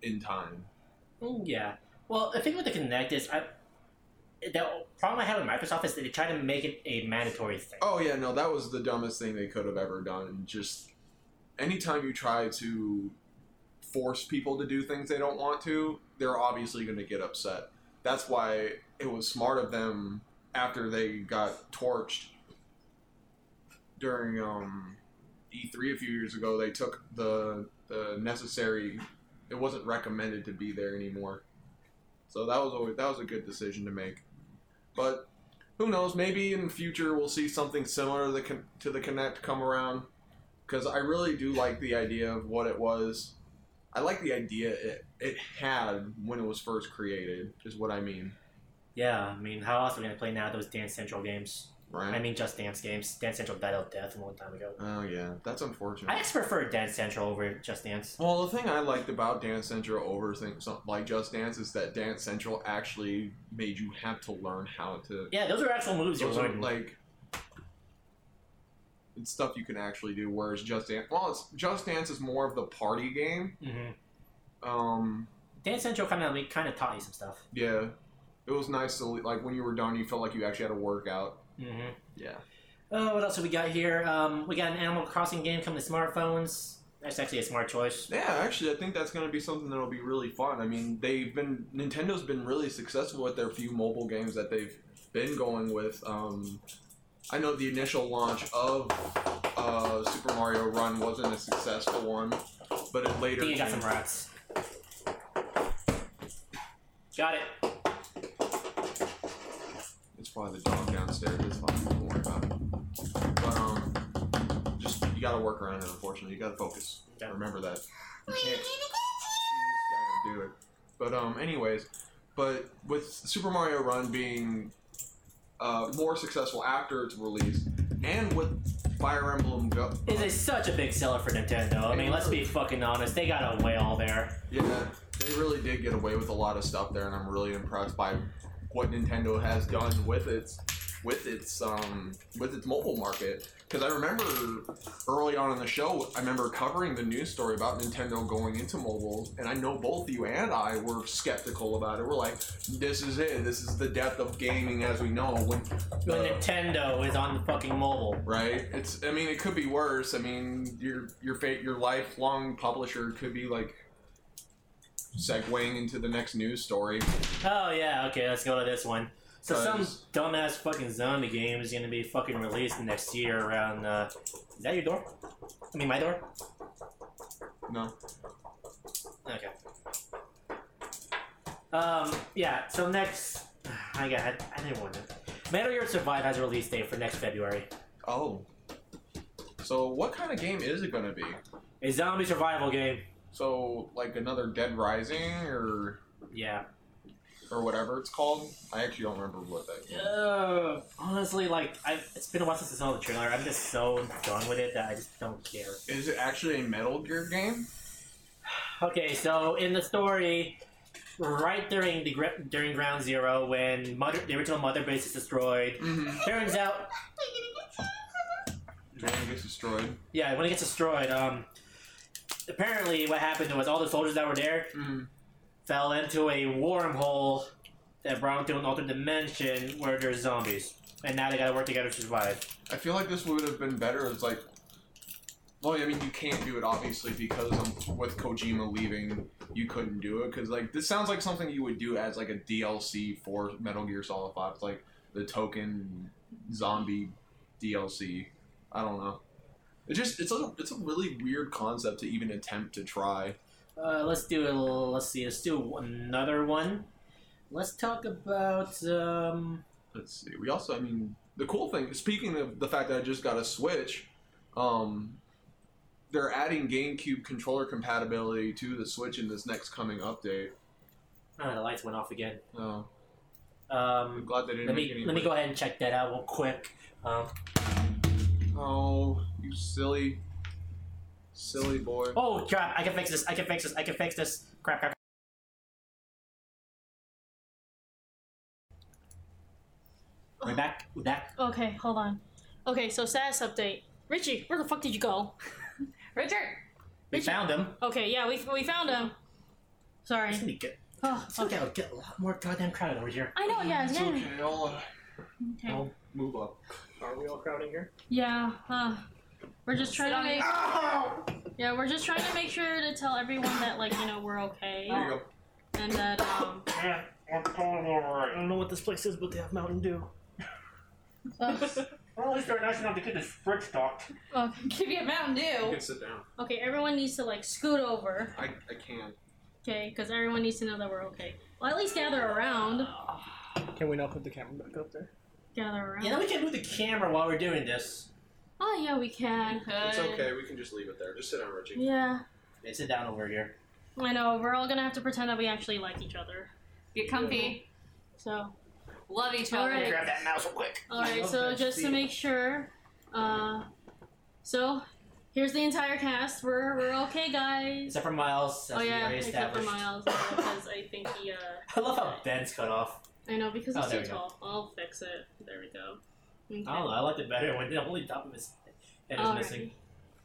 S4: in time.
S3: Mm, Yeah. Well, the thing with the Kinect is, I, the problem I have with Microsoft is that they try to make it a mandatory thing.
S4: Oh yeah, no, that was the dumbest thing they could have ever done. Just anytime you try to force people to do things they don't want to, they're obviously going to get upset. That's why it was smart of them after they got torched during um, E3 a few years ago. They took the the necessary. It wasn't recommended to be there anymore, so that was always, that was a good decision to make. But who knows? Maybe in the future we'll see something similar to the Con- to the Connect come around because I really do like the idea of what it was. I like the idea it, it had when it was first created, is what I mean,
S3: Yeah, I mean, how else are we gonna play now those Dance Central games?
S4: right?
S3: I mean, just Dance games. Dance Central died of death a long time ago.
S4: oh yeah, that's unfortunate.
S3: I just prefer Dance Central over Just Dance.
S4: Well, the thing I liked about Dance Central over things like Just Dance is that Dance Central actually made you have to learn how to.
S3: Yeah, those are actual moves you
S4: Those are,
S3: learn.
S4: like it's stuff you can actually do. Whereas Just Dance, well, it's Just Dance is more of the party game.
S3: Mhm.
S4: Um,
S3: Dance Central kind of kind of taught you some stuff.
S4: yeah, it was nice to like when you were done, you felt like you actually had to work out.
S3: Mm-hmm.
S4: Yeah.
S3: Oh, what else have we got here? Um, we got an Animal Crossing game coming to smartphones. That's actually a smart choice.
S4: Yeah, actually, I think that's going to be something that'll be really fun. I mean, they've been Nintendo's been really successful with their few mobile games that they've been going with. Um, I know the initial launch of uh, Super Mario Run wasn't a successful one, but it
S3: I
S4: later
S3: think you got
S4: came-
S3: some rats. Got it.
S4: It's probably the dog downstairs. It's fine. Don't worry about it. But um, just you got to work around it. Unfortunately, you got to focus.
S3: Yeah.
S4: Remember that. You can't. you just gotta do it. But um, anyways, but with Super Mario Run being uh, more successful after its release, and with Fire Emblem Go,
S3: It is such a big seller for Nintendo. I mean, let's be fucking honest. They got a whale there.
S4: yeah, they really did get away with a lot of stuff there, and I'm really impressed by what Nintendo has done with its with its um with its mobile market. Because I remember early on in the show, I remember covering the news story about Nintendo going into mobile, and I know both you and I were skeptical about it. We're like, "This is it. This is the depth of gaming as we know." When,
S3: When
S4: uh,
S3: Nintendo is on fucking mobile.
S4: right? It's. I mean, it could be worse. I mean, your your fate, your lifelong publisher could be like segueing into the next news story.
S3: Oh yeah, okay, let's go to this one. So some
S4: Cause-
S3: dumbass fucking zombie game is gonna be fucking released next year around. Uh, is that your door? I mean my door.
S4: No,
S3: Okay. Um. Yeah. So next, I got. I didn't want to. Metal Gear Survive has a release date for next February.
S4: Oh. So what kind of game is it gonna be?
S3: A zombie survival game.
S4: So like another Dead Rising or
S3: Yeah.
S4: or whatever it's called? I actually don't remember what that.
S3: Uh, honestly, like I, it's been a while since I saw the trailer. I'm just so done with it that I just don't care.
S4: Is it actually a Metal Gear game?
S3: Okay, so in the story, right during the gr- during Ground Zero, when mother, the original Mother Base is destroyed,
S4: Mm-hmm.
S3: turns out,
S4: Dragon gets destroyed.
S3: yeah, when it gets destroyed, um, apparently what happened was all the soldiers that were there
S4: Mm.
S3: fell into a wormhole that brought them to an alternate dimension where there's zombies, and now they gotta work together to survive.
S4: I feel like this would have been better as like. Well, I mean, you can't do it obviously because um, with Kojima leaving, you couldn't do it because like this sounds like something you would do as like a DLC for Metal Gear Solid Five. It's like the token zombie DLC. I don't know. It just it's a it's a really weird concept to even attempt to try.
S3: Uh, let's do a little- let's see, let's do another one. Let's talk about um.
S4: Let's see. We also, I mean, the cool thing. Speaking of the fact that I just got a Switch, um, they're adding GameCube controller compatibility to the Switch in this next coming update.
S3: Oh, the lights went off again.
S4: Oh, I'm
S3: Um,
S4: glad they didn't
S3: let
S4: make
S3: me
S4: any.
S3: let me go ahead and check that out real quick. Um,
S4: Oh, you silly, silly boy.
S3: oh crap! I can fix this. I can fix this. I can fix this. Crap! Crap! crap. We're back. We're back.
S1: Okay, hold on. Okay, so status update. Richie, where the fuck did you go?
S5: Richard.
S3: We
S1: Richie.
S3: found him.
S1: Okay, yeah, we, we found him. Sorry.
S3: It's gonna be good.
S1: Oh,
S3: It's
S1: okay.
S3: okay. I'll get a lot more goddamn crowded over here.
S1: I know, yeah,
S4: It's
S1: yeah.
S4: okay. I'll uh,
S1: Okay.
S3: Oh,
S4: move up.
S3: are we all crowding here?
S1: Yeah, uh, We're just trying to
S5: on
S1: make.
S4: Oh!
S1: Yeah, we're just trying to make sure to tell everyone that like you know we're okay
S4: There you go.
S1: and that um.
S6: Yeah, we're totally alright.
S7: I don't know what this place is, but they have Mountain Dew.
S1: uh,
S6: Well, at least they're nice enough to get this fridge stocked.
S1: okay.
S5: Give you a Mountain
S4: You
S5: Dew.
S4: can sit down.
S1: okay, everyone needs to like scoot over.
S4: I, I can.
S1: Okay, because everyone needs to know that we're okay. Well, at least gather around.
S7: Can we not put the camera back up there?
S1: Gather around.
S3: You know, we can move the camera while we're doing this.
S1: Oh yeah, we can.
S4: It's okay. We can just leave it there. Just sit down, Reggie.
S1: Yeah,
S3: Hey, sit down over here.
S1: I know. We're all gonna have to pretend that we actually like each other.
S5: Get comfy.
S1: So,
S5: Love each
S1: All
S5: other.
S1: right.
S7: Grab that mouse real quick.
S1: all right.
S3: love
S1: So
S3: that
S1: just to
S3: scene.
S1: make sure, uh, so here's the entire cast. We're we're okay, guys.
S3: Except for Miles, as
S1: oh
S3: we
S1: yeah,
S3: already
S1: except for
S3: established.
S1: Miles because I think he. Uh,
S3: I love how Ben's cut off.
S1: I know because
S3: Oh,
S1: he's
S3: there
S1: too
S3: we go.
S1: tall. I'll fix it. There we go. Okay.
S3: I don't know, I liked it better when the only top of his head is
S1: Alrighty.
S3: missing.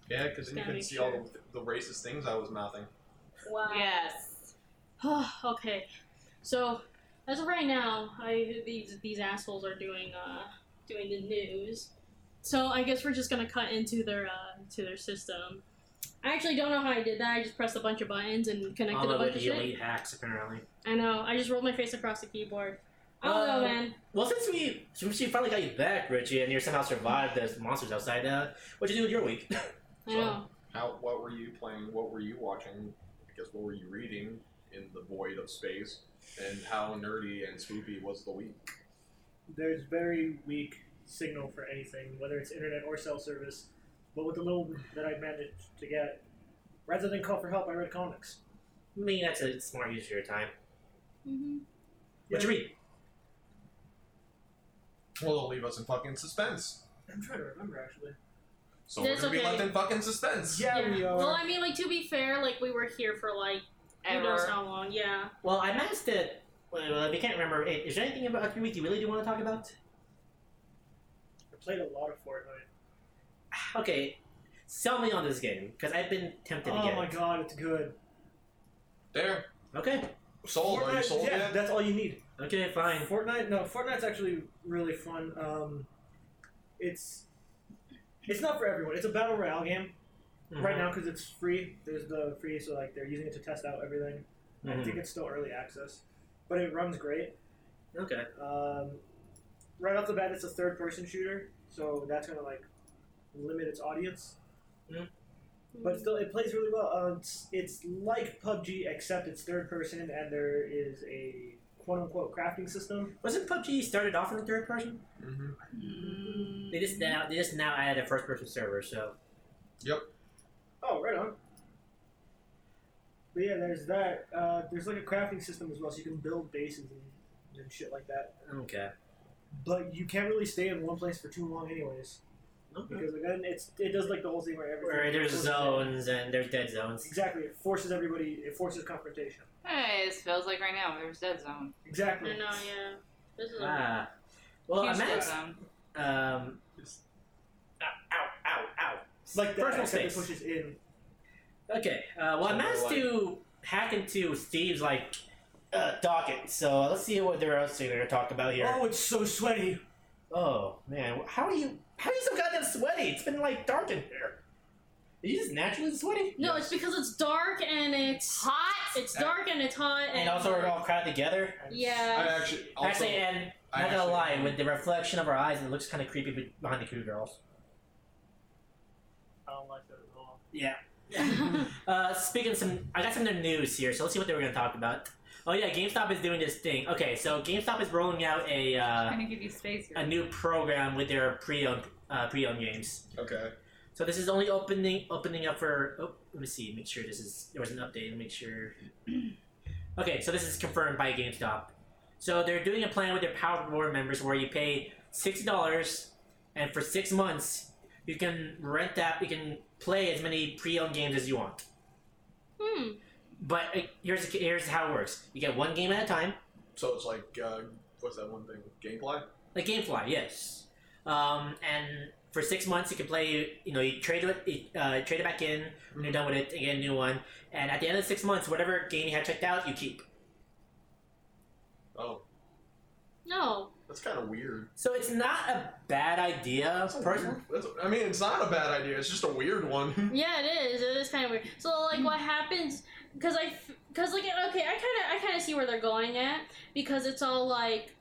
S4: Yeah, because then you
S1: Gotta
S4: can
S1: make
S4: see
S1: sure.
S4: all the, the racist things I was mouthing.
S1: Wow.
S5: Yes.
S1: okay. So as of right now, I these these assholes are doing uh doing the news. So I guess we're just gonna cut into their uh to their system. I actually don't know how I did that. I just pressed a bunch of buttons and connected
S3: All
S1: a
S3: of
S1: bunch
S3: the
S1: of shit.
S3: elite hacks, apparently.
S1: I know. I just rolled my face across the keyboard. I don't know,
S3: Uh,
S1: man.
S3: Well, since we since she finally got you back, Richie, and you somehow survived the monsters outside, uh, what'd you do with your week?
S1: I know.
S4: How? What were you playing? What were you watching? I guess what were you reading in the void of space? And how nerdy and spoopy was the week?
S7: There's very weak signal for anything, whether it's internet or cell service. But with the little that I managed to get, rather than call for help, I read comics.
S3: I mean, that's a smart use of your time. mm-hmm.
S1: hmm
S3: What'd you read?
S4: Well, they'll leave us in fucking suspense.
S7: I'm trying to remember actually.
S4: So we're
S1: That's
S4: gonna be
S1: okay.
S4: left in fucking suspense.
S1: Yeah. Well, I mean, like to be fair, like we were here for like who knows
S5: Ever.
S1: how long. Yeah.
S3: Well, I managed to. Well, uh, if you can't remember, hey, is there anything about your week you really do want to talk about?
S7: I played a lot of Fortnite.
S3: Okay, sell me on this game because I've been tempted
S7: Oh
S3: again.
S7: my god, it's good.
S4: There.
S3: Okay.
S4: Sold. Oh, Are you
S7: Fortnite,
S4: sold
S7: yeah,
S4: yet?
S7: that's all you need.
S3: Okay. Fine.
S7: Fortnite, no, Fortnite's actually really fun. Um, it's it's not for everyone. It's a battle royale game right
S4: Mm-hmm.
S7: now because it's free. There's the free, so like they're using it to test out everything.
S3: Mm-hmm,
S7: I
S4: Mm-hmm.
S7: think it's still early access, but it runs great.
S3: Okay.
S7: Um, right off the bat, it's a third-person shooter, so that's gonna like limit its audience. But still, it plays really well. Uh, it's, it's like PUBG, except it's third person, and there is a quote unquote crafting system.
S3: Wasn't PUBG started off in the third person?
S4: Mm-hmm.
S3: They just now they just now added a first person server, so
S7: Oh, right on. But yeah, there's that. Uh, there's like a crafting system as well, so you can build bases and, and shit like that.
S3: okay.
S7: But you can't really stay in one place for too long, anyways,
S3: Okay.
S7: because again, it's it does like the whole thing where everything
S3: Where there's
S7: forces-
S3: zones and there's dead zones.
S7: Exactly, it forces everybody. It forces confrontation.
S5: Hey, this feels like right now there's Dead Zone.
S1: I
S7: Exactly.
S1: know. Yeah. This is.
S3: Ah. Well, I
S5: Huge Dead
S3: managed.
S5: Zone.
S3: Um. Ow! Ow! Ow! Ow!
S7: Like that,
S3: personal
S7: except it
S3: space.
S7: pushes in.
S3: Okay. Uh, well, I
S4: So,
S3: managed
S4: like-
S3: to hack into Steve's like uh, docket, so let's see what they're else they're gonna talk about here.
S7: Oh, it's so sweaty.
S3: Oh man, how are you? How are you so goddamn sweaty? It's been like dark in here. Are you just naturally sweaty?
S1: No, it's because it's dark and it's
S5: Hot.
S1: It's dark and it's hot.
S3: And also, we're all crowded together.
S4: I
S1: Yeah.
S4: actually. Also,
S3: actually, and
S4: I
S3: not gonna
S4: actually-
S3: lie, with the reflection of our eyes, it looks kind of creepy be- behind the two girls.
S7: I don't like that at all.
S3: Yeah. Uh, speaking of some, I got some new news here, so let's see what they were gonna talk about. Oh yeah, GameStop is doing this thing. Okay, so GameStop is rolling out a uh,
S5: Trying to give you space here.
S3: a new program with their pre-owned uh, pre-owned games.
S4: Okay.
S3: So this is only opening opening up for. Oh, let me see. Make sure this is there was an update. Let me make sure. okay, so this is confirmed by GameStop. So they're doing a plan with their Power Reward members where you pay sixty dollars, and for six months you can rent that. You can play as many pre-owned games as you want.
S1: Hmm.
S3: But uh, here's here's how it works. You get one game at a time.
S4: So it's like, uh, what's that one thing? Gameplay.
S3: Like GameFly, yes. Um, and for six months, you can play. You know, you trade it, you, uh, trade it back in. When you're done with it, you get a new one. And at the end of the six months, whatever game you had checked out, you keep.
S4: Oh,
S1: No.
S4: That's kind of weird.
S3: So it's not a bad idea,
S4: That's a
S3: person.
S4: weird- That's, I mean, it's not a bad idea. It's just a weird one.
S1: Yeah, it is. It is kind of weird. So like, what happens? Because I, because like, okay, I kind of, I kind of see where they're going at because it's all like,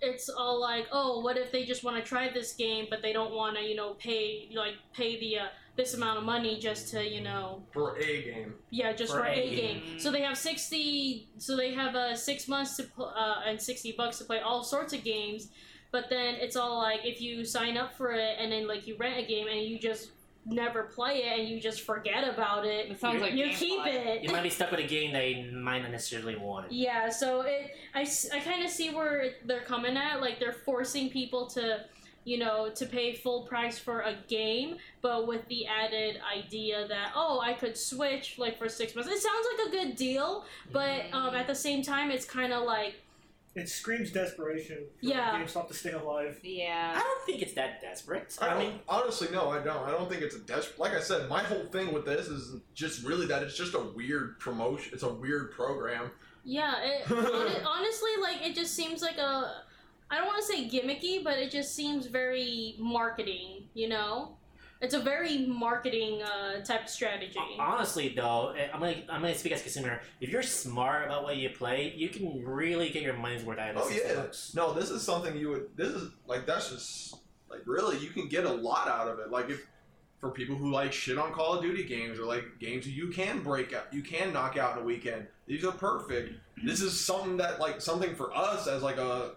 S1: it's all like, oh, what if they just want to try this game but they don't want to, you know, pay like pay the uh, this amount of money just to, you know,
S4: For a game.
S1: yeah, just for,
S3: For
S1: a,
S3: a
S1: game. So they have sixty. So they have uh, six months to pl- uh, and sixty bucks to play all sorts of games. But then it's all like if you sign up for it and then like you rent a game and you just never play it and you just forget about it.
S5: It sounds like
S1: you
S5: game
S1: keep
S5: plot.
S1: it.
S3: You might be stuck with a game that you might not necessarily want.
S1: Yeah, so it I, s- I kind of see where they're coming at. Like they're forcing people to, you know, to pay full price for a game, but with the added idea that oh, I could switch like for six months. It sounds like a good deal, but um, at the same time, it's kind of like
S7: It screams desperation. For
S1: Yeah.
S7: GameStop to stay alive.
S3: I
S5: Yeah.
S3: don't think it's that desperate.
S4: I
S3: I
S4: don't-
S3: mean,
S4: honestly, no, I don't. I don't think it's a desperate. Like I said, my whole thing with this is just really that it's just a weird promotion. It's a weird program.
S1: yeah. It, hon- honestly, like it just seems like a. I don't want to say gimmicky, but it just seems very marketing. You know, it's a very marketing uh, type of strategy.
S3: honestly, though, eh, I'm gonna I'm gonna speak as a consumer. If you're smart about what you play, you can really get your money's worth out of
S4: Oh
S3: this.
S4: yeah, no, this is something you would. This is like that's just like really you can get a lot out of it. Like if for people who like shit on Call of Duty games or like games that you can break out, you can knock out in a weekend. These are perfect. This is something that like something for us as like a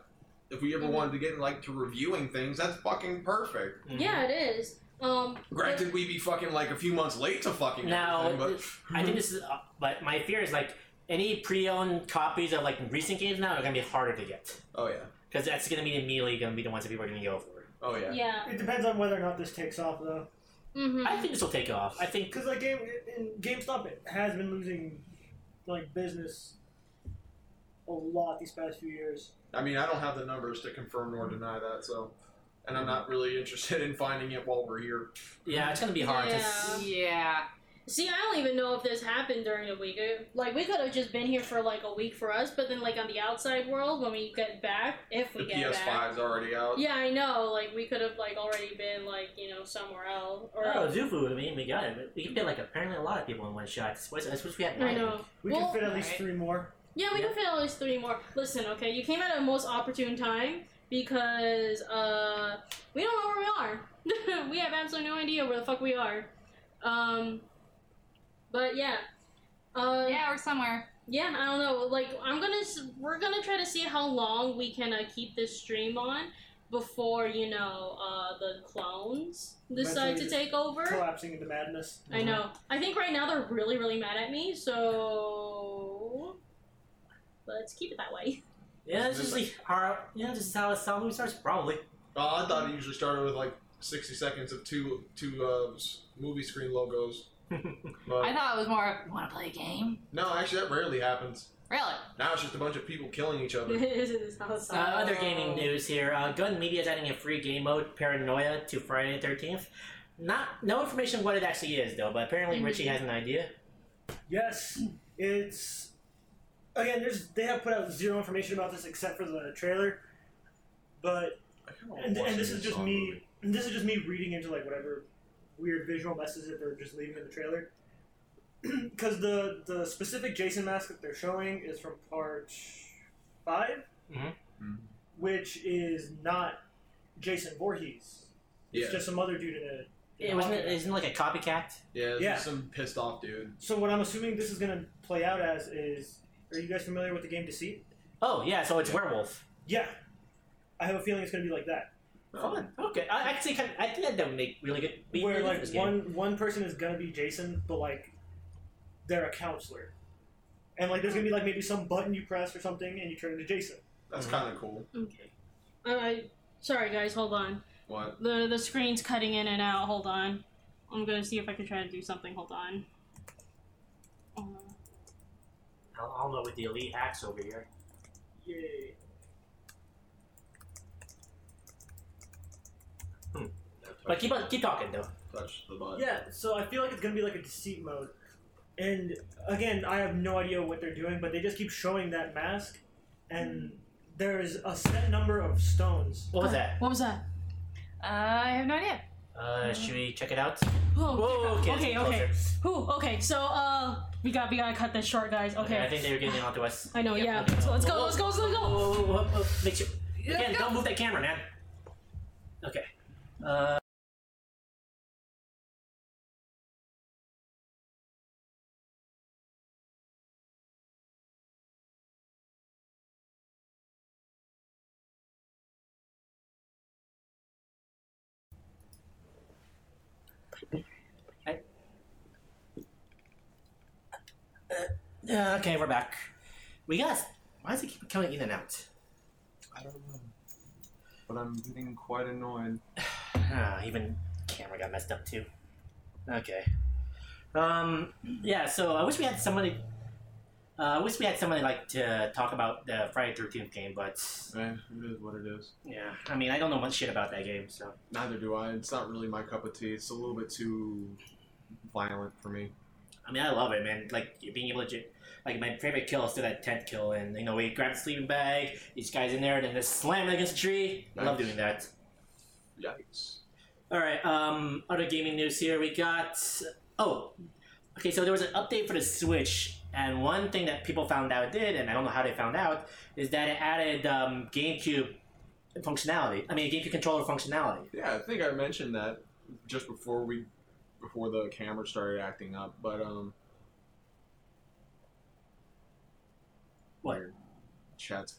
S4: if we ever wanted to get like to reviewing things, that's fucking perfect.
S3: Mhm.
S1: Yeah, it is. Um,
S4: Granted, we'd be fucking like a few months late to fucking
S3: Now,
S4: everything,
S3: I think this is, uh, but my fear is like any pre-owned copies of like recent games now are gonna be harder to get
S4: but oh yeah,
S3: because that's gonna be immediately gonna be the ones that people are gonna go for.
S4: oh yeah.
S1: yeah.
S7: It depends on whether or not this takes off though.
S1: hmm
S3: I think this will take off. I think
S7: Because like game, in GameStop it has been losing like business a lot these past few years.
S4: I mean, I don't have the numbers to confirm nor deny that, so. And I'm not really interested in finding it while we're here.
S3: yeah, it's gonna be hard. to
S1: Yeah.
S3: s-
S5: Yeah.
S1: See, I don't even know if this happened during the week. It- Like, we could have just been here for like a week for us, but then like on the outside world, when we get back, if we
S4: the
S1: get back.
S4: PS5's already out.
S1: Yeah, I know. Like, we could have like already been like you know somewhere else. Or
S3: Oh, Zufu, I mean, we got it. We can get like apparently a lot of people in one shot. That's what, that's what we had.
S1: I know.
S7: We
S1: Well,
S7: can fit at least
S5: alright.
S7: three more.
S1: Yeah, we can fit at least three more. Listen, okay, you came at a most opportune time because uh, we don't know where we are. we have absolutely no idea where the fuck we are. Um, but yeah, uh,
S5: Yeah, or somewhere.
S1: yeah, I don't know. Like, I'm gonna s- we're gonna try to see how long we can uh, keep this stream on before you know uh, the clones decide
S7: Eventually
S1: to
S7: just
S1: take over.
S7: Collapsing into madness.
S1: I know. I think right now they're really, really mad at me, so let's keep it that way.
S3: Yeah, this is like our. Yeah, this is how a song movie starts. Probably.
S4: Oh, I thought it usually started with like 60 seconds of two two uh, s- movie screen logos. But-
S5: I thought it was more. Want to play a game?
S4: no, actually, that rarely happens.
S5: Really?
S4: Now it's just a bunch of people killing each other.
S1: This is how it
S3: Uh, other
S1: sounds.
S3: gaming news here. Uh, Gun Media is adding a free game mode, Paranoia, to Friday the Thirteenth. Not no information what it actually is though, but apparently
S1: Mm-hmm.
S5: Mhm.
S3: Richie has an idea.
S7: Yes, it's again. There's they have put out zero information about this except for the trailer, but and, and this is just me. And this is just me reading into like whatever weird visual messages they're just leaving in the trailer. Because the the specific Jason mask that they're showing is from part 5
S3: Mhm.
S4: Mhm.
S7: which is not Jason Voorhees.
S4: Yeah,
S7: It's just some other dude in a. in
S3: It
S7: a
S3: wasn't
S7: hockey
S3: it, isn't it like a copycat.
S4: yeah, it's
S7: Yeah.
S4: just some pissed off dude.
S7: So what I'm assuming this is gonna play out as is, are you guys familiar with the game Deceit?
S3: Oh yeah, so it's werewolf.
S7: Yeah, I have a feeling it's gonna be like that,
S3: Fun. Okay, I actually kind of, I think that would make really good. be
S7: where
S3: really good
S7: like
S3: for this game.
S7: one one person is gonna be Jason, but like they're a counselor, and like there's gonna be like maybe some button you press or something, and you turn into Jason.
S4: That's
S7: Mm-hmm.
S3: Mhm.
S4: kind of cool.
S1: Okay. Uh, sorry guys, hold on.
S4: What?
S1: The the screen's cutting in and out. Hold on. I'm gonna see if I can try to do something. Hold on. Uh,
S3: I don't- I don't know with the elite hacks over here.
S7: Yay!
S3: But keep on keep talking though.
S4: touch the button.
S7: Yeah, so I feel like it's gonna be like a Deceit mode, and again I have no idea what they're doing, but they just keep showing that mask, and there is a set number of stones.
S3: What was that?
S1: What was that?
S8: Uh,
S5: I have no idea.
S3: Uh, should we check it out?
S1: Oh,
S3: Whoa, okay,
S1: okay,
S3: let's get
S1: okay.
S3: closer.
S1: Whew, okay, so uh, we got we gotta cut this short, guys. Okay.
S3: I think they were getting onto us.
S1: I know, yeah.
S3: Okay,
S1: So let's
S3: whoa,
S1: go, let's go, let's go, let's
S3: Whoa,
S1: go.
S3: whoa, whoa, whoa, whoa. Make sure. Again, don't move that camera, man. Okay. Uh, uh, yeah, okay, we're back. We got. Why does it keep coming in and out?
S4: I don't know. But I'm getting quite annoyed.
S3: Ah, even camera got messed up too. Okay. Um. Yeah. So I wish we had somebody. Uh, I wish we had somebody like to talk about the Friday Thirteenth game, but
S4: Eh, it is what it is.
S3: yeah, I mean I don't know much shit about that game, so
S4: Neither do I. It's not really my cup of tea. It's a little bit too violent for me.
S3: I mean I love it, man. Like you're being able to, ju- like my favorite kill is still that tenth kill, and you know we grab the sleeping bag, each guy's in there, and then just slam it against the tree. I love
S4: Nice.
S3: doing that.
S4: Yikes.
S3: All right. Um, other gaming news here. We got. Oh, okay. So there was an update for the Switch, and one thing that people found out it did, and I don't know how they found out, is that it added um, GameCube functionality. I mean, GameCube controller functionality.
S4: Yeah, I think I mentioned that just before we before the camera started acting up, but um
S3: What?
S4: Weird. Chat's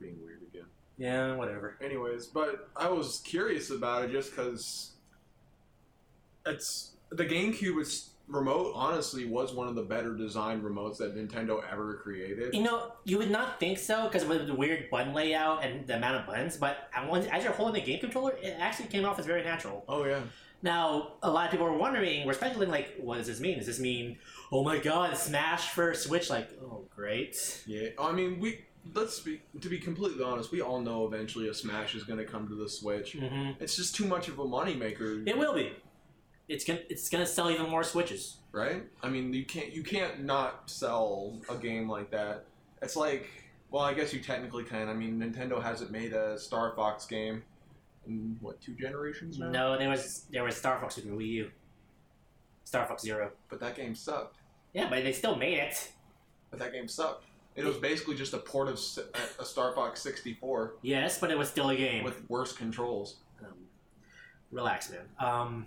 S4: being weird again.
S3: Yeah. Whatever.
S4: Anyways, but I was curious about it just cuz it's the GameCube is remote honestly was one of the better designed remotes that Nintendo ever created.
S3: You know, you would not think so because with the weird button layout and the amount of buttons, but I want- as you're holding the game controller, it actually came off as very natural.
S4: Oh yeah.
S3: Now, a lot of people are wondering, we're speculating, like, what does this mean? Does this mean, oh my god, Smash for Switch? Like, oh, great.
S4: Yeah, I mean, we let's be to be completely honest, we all know eventually a Smash is going to come to the Switch.
S3: Mm-hmm.
S4: It's just too much of a moneymaker,
S3: It will be. It's gonna, it's gonna sell even more Switches.
S4: right? I mean, you can't you can't not sell a game like that. It's like, well, I guess you technically can. I mean, Nintendo hasn't made a Star Fox game in what two generations now?
S3: No, there was there was Star Fox with the Wii U. Star Fox Zero.
S4: But that game sucked.
S3: Yeah, but they still made it.
S4: But that game sucked. It was basically just a port of s- a- a Star Fox 64
S3: Yes, but it was still a game.
S4: with worse controls.
S3: um, relax, man. Um,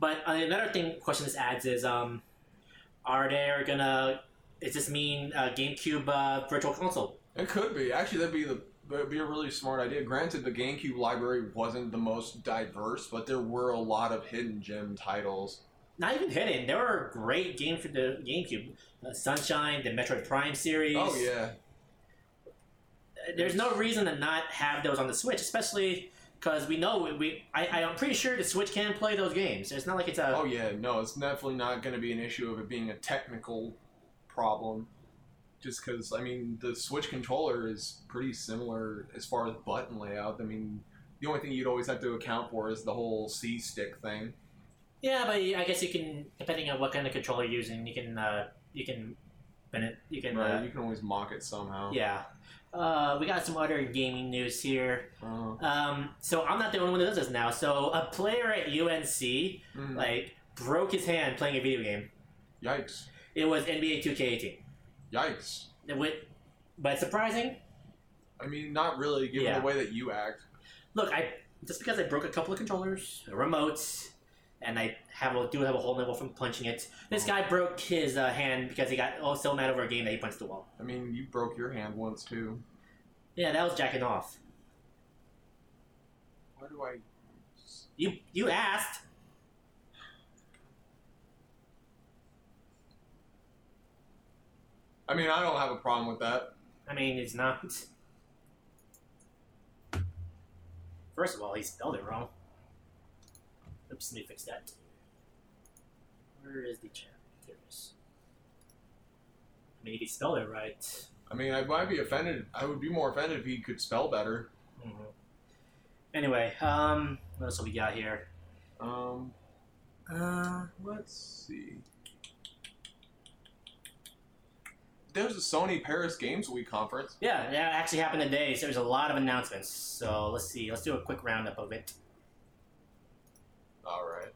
S3: but uh, another thing, question this adds is, um, are there gonna? Does this mean uh, GameCube uh, Virtual Console?
S4: It could be. Actually, that'd be the that'd be a really smart idea. Granted, the GameCube library wasn't the most diverse, but there were a lot of hidden gem titles.
S3: Not even hidden. There were great games for the GameCube. Uh, Sunshine, the Metroid Prime series.
S4: Oh yeah,
S3: there's no reason to not have those on the Switch, especially because we know we. we I, I'm pretty sure the Switch can play those games. It's not like it's a.
S4: oh yeah. No, it's definitely not going to be an issue of it being a technical problem. Just because, I mean, the Switch controller is pretty similar as far as button layout. I mean, the only thing you'd always have to account for is the whole C stick thing.
S3: Yeah, but I guess you can, depending on what kind of controller you're using, you can uh, you can, you can.
S4: Right?
S3: Uh,
S4: You can always mock it somehow.
S3: yeah. Uh, we got some other gaming news here.
S4: Uh,
S3: Um, so I'm not the only one that does this now. So a player at UNC
S4: mm,
S3: like broke his hand playing a video game.
S4: yikes!
S3: It was NBA 2K18.
S4: Yikes!
S3: It went- But surprising,
S4: I mean, not really, given
S3: Yeah.
S4: the way that you act.
S3: look, I just because I broke a couple of controllers, a remote, and I have a, do have a whole level from punching it. This guy broke his uh, hand because he got oh so mad over a game that he punched the wall.
S4: I mean, you broke your hand once too.
S3: Yeah, that was jacking off.
S4: Why do I?
S3: You you asked.
S4: I mean, I don't have a problem with that.
S3: I mean, it's not. First of all, he spelled it wrong. Oops, let me fix that. Where is the chat? There it is. I mean, if he spelled it right.
S4: I mean, I might be offended. I would be more offended if he could spell better.
S3: hmm Anyway, um, what else have we got here?
S4: Um,
S3: Uh,
S4: let's see. there's a Sony Paris Games Week conference.
S3: Yeah, that actually happened today. So there's a lot of announcements. So let's see. Let's do a quick roundup of it.
S4: All right.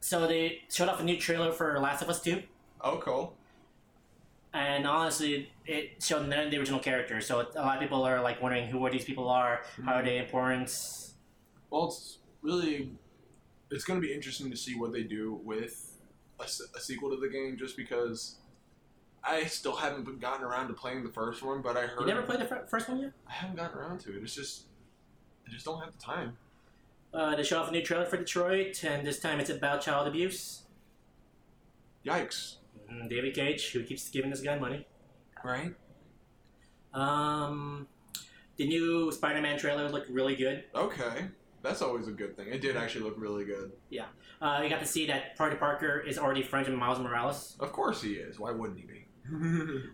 S3: So they showed off a new trailer for Last of Us Two,
S4: Oh, cool.
S3: and honestly, it showed none of the original characters. So a lot of people are like wondering who are these people are, how are they important?
S4: Well, it's really it's going to be interesting to see what they do with a, s- a sequel to the game, just because I still haven't been- gotten around to playing the first one, but I heard
S3: You never played the fir- first one yet?
S4: I haven't gotten around to it. It's just I just don't have the time.
S3: Uh, they showed off a new trailer for Detroit, and this time it's about child abuse.
S4: Yikes!
S3: Mm, David Cage, who keeps giving this guy money.
S4: Right?
S3: Um, the new Spider-Man trailer looked really good.
S4: Okay, that's always a good thing. It did actually look really good.
S3: Uh, you got to see that Party Parker is already friends with Miles Morales.
S4: Of course he is. Why wouldn't he be?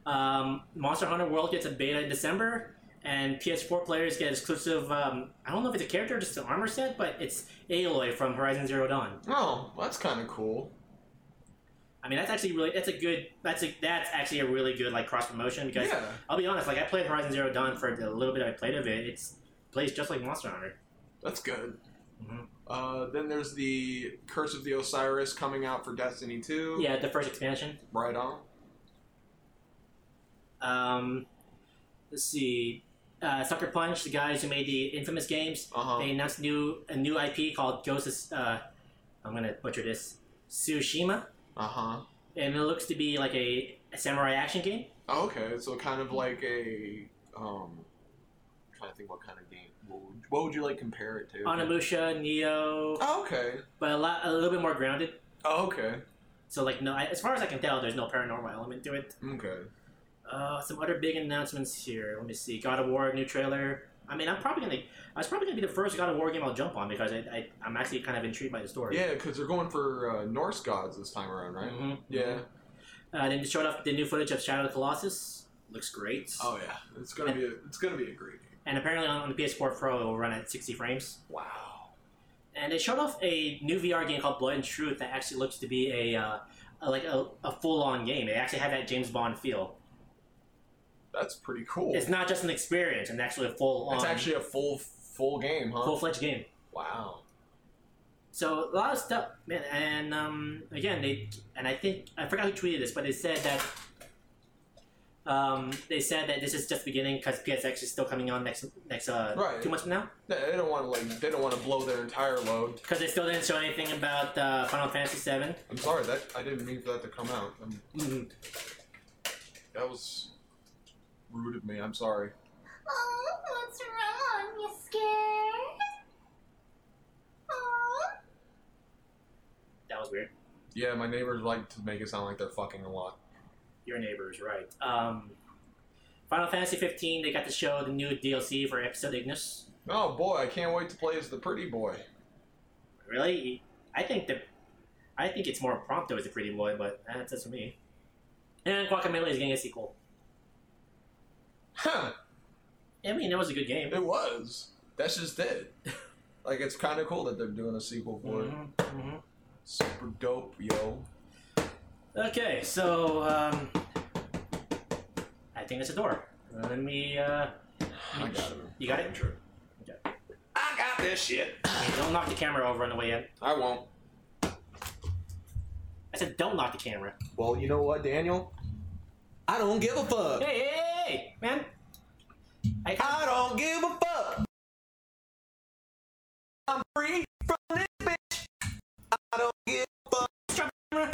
S3: Um, Monster Hunter World gets a beta in December, and PS4 players get exclusive. Um, I don't know if it's a character, or just an armor set, but it's Aloy from Horizon Zero Dawn.
S4: oh, that's kind of cool.
S3: I mean, that's actually really that's a good that's a that's actually a really good like cross promotion because
S4: Yeah.
S3: I'll be honest, like I played Horizon Zero Dawn for the little bit I played of it. It's plays just like Monster Hunter.
S4: That's good.
S3: Mhm.
S4: Uh, then there's the Curse of the Osiris coming out for Destiny 2.
S3: Yeah, the first expansion.
S4: Right on.
S3: Um, let's see, uh, Sucker Punch, the guys who made the infamous games,
S4: Uh huh.
S3: They announced new a new IP called Ghost. Of, uh, I'm gonna butcher this. Tsushima,
S4: Uh huh.
S3: and it looks to be like a, a samurai action game.
S4: Oh, okay, so kind of like a. Um, I'm trying to think what kind of game. What would, what would you like compare it to?
S3: Onimusha, Neo,
S4: Oh, okay.
S3: but a lot a little bit more grounded.
S4: Oh, okay.
S3: So like no, I, as far as I can tell, there's no paranormal element to it.
S4: Okay.
S3: Uh, some other big announcements here. Let me see. God of War new trailer. I mean, I'm probably gonna. I was probably gonna be the first God of War game I'll jump on because I, I I'm actually kind of intrigued by the story.
S4: Yeah, because they're going for uh, Norse gods this time around, right?
S3: Mhm.
S4: Yeah.
S3: Uh, then they showed off the new footage of Shadow of the Colossus. Looks great.
S4: Oh yeah. It's gonna be. A, it's gonna be a great game.
S3: And apparently on, on the PS4 Pro, it will run at 60 frames.
S4: Wow.
S3: And they showed off a new VR game called Blood and Truth that actually looks to be a, uh, a like a, a full-on game. It actually had that James Bond feel.
S4: That's pretty cool.
S3: It's not just an experience; it's actually a full-on,
S4: It's actually a full full game, huh?
S3: full-fledged game.
S4: Wow.
S3: So a lot of stuff, man. And um, again, they and I think I forgot who tweeted this, but they said that um, they said that this is just beginning because PSX is still coming on next next uh,
S4: Right.
S3: two months from now
S4: They they don't want to like. They don't want to blow their entire load.
S3: because they still didn't show anything about uh, Final Fantasy VII.
S4: I'm sorry that I didn't mean for that to come out. i that was rude of me. I'm sorry.
S9: Oh, what's wrong? You scared? Oh,
S3: That was weird.
S4: Yeah, my neighbors like to make it sound like they're fucking a lot.
S3: Your neighbors, right? Um, Final Fantasy 15. They got to show the new DLC for Episode Ignis.
S4: Oh boy, I can't wait to play as the pretty boy.
S3: Really, I think the, I think it's more Prompto as a pretty boy, but that's just me. And Guacamelee is getting a sequel.
S4: Huh?
S3: I mean, it was a good game.
S4: It was. That's just it. Like it's kind of cool that they're doing a sequel for it.
S3: Mhm, mhm.
S4: Super dope, yo.
S3: Okay, so um, I think that's a door. Let me. Uh,
S4: I got it.
S3: you got it.
S4: Intro. I got this shit.
S3: Don't knock the camera over on the way in.
S4: I won't.
S3: I said, don't knock the camera.
S4: Well, you know what, Daniel? I don't give a fuck.
S3: Hey, hey, hey, hey, man. I kind
S4: I don't give a fuck. I'm free from this bitch. I don't give a fuck.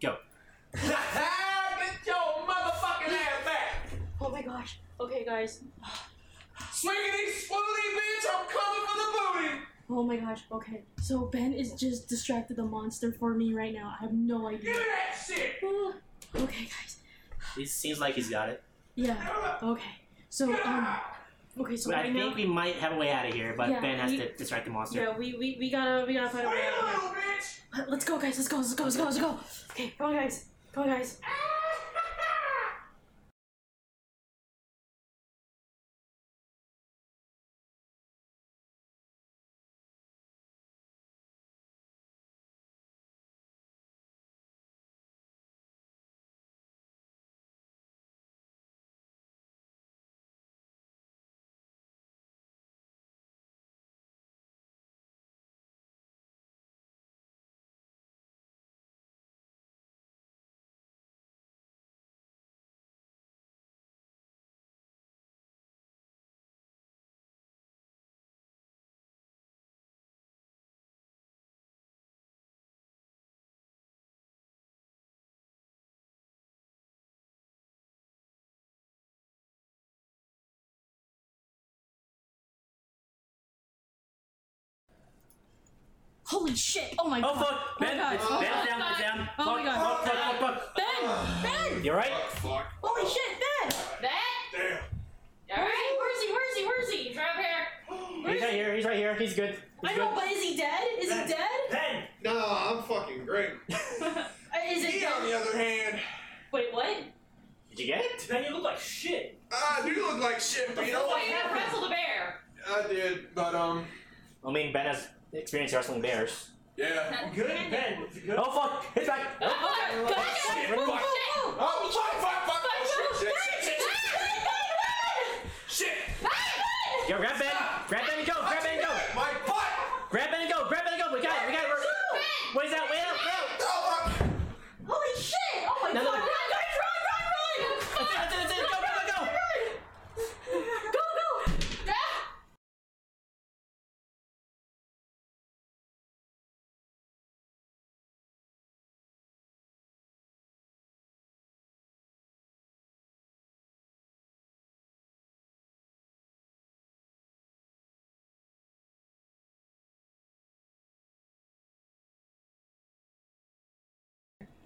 S3: go.
S4: Get your motherfucking ass back.
S1: Oh my gosh. Okay, guys.
S4: Swingity swooty bitch, I'm coming for the booty.
S1: Oh my gosh. Okay. So Ben is just distracted the monster for me right now. I have no idea. Oh, okay, guys.
S3: It seems like he's got it.
S1: Yeah. Okay. So um. Okay. So
S3: But I
S1: right now.
S3: think we might have a way out of here, but
S1: Yeah,
S3: Ben has
S1: we-
S3: to distract the monster.
S1: Yeah, we, we, we gotta we gotta find a way out. of here. Let- Let's go, guys. Let's go. Let's go. Let's go. Let's go. Okay, come on, guys. Come on, guys. Holy shit! Oh my
S3: Oh
S1: god.
S3: fuck! Ben,
S1: my
S3: it's
S1: God.
S3: Ben it's down, it's down.
S1: Oh
S3: fuck,
S1: my
S3: Fuck,
S1: God.
S3: fuck, fuck, fuck.
S1: Ben! Ben!
S3: You alright?
S1: Holy shit, Ben!
S5: That? All right.
S1: Where is he? Where is he? Where is he?
S5: He's right up here.
S3: He's right here, he's right here, he's good. He's
S1: I know,
S3: good.
S1: but is he dead? Is he dead?
S3: Ben!
S4: No, I'm fucking great.
S1: Uh, Is it
S4: Me, on
S1: dead?
S4: the other hand,
S1: Wait, what?
S3: Did you get it?
S10: Man, you look like shit.
S4: I do look like shit, but you know
S5: Oh,
S4: what?
S5: you gotta wrestle the bear.
S4: I did, but um,
S3: I mean, Ben has experience wrestling bears.
S4: yeah.
S10: Good Ben. It's good.
S3: Oh fuck! He's back!
S5: Oh, fuck.
S1: Guys,
S5: Fuck.
S1: guys,
S3: Shit,
S1: move,
S3: fuck.
S1: move, move.
S4: Oh, fuck, fuck, fuck,
S5: Fuck,
S4: oh, shit,
S5: fuck,
S4: shit, shit, shit, shit, shit.
S3: Yo, grab Ben! Grab Ben and go! Grab Ben and go!
S4: My butt.
S3: Grab Ben and go! Grab Ben and go! We got it! We got it! We're- What is that? Wait up! Wait up!
S4: Oh, fuck.
S1: Holy shit! Oh my
S3: No, no,
S1: god! Run,
S3: no.
S1: guys, run, run, run!
S3: That's it, that's it, Go! Go! Go!
S1: Go, go!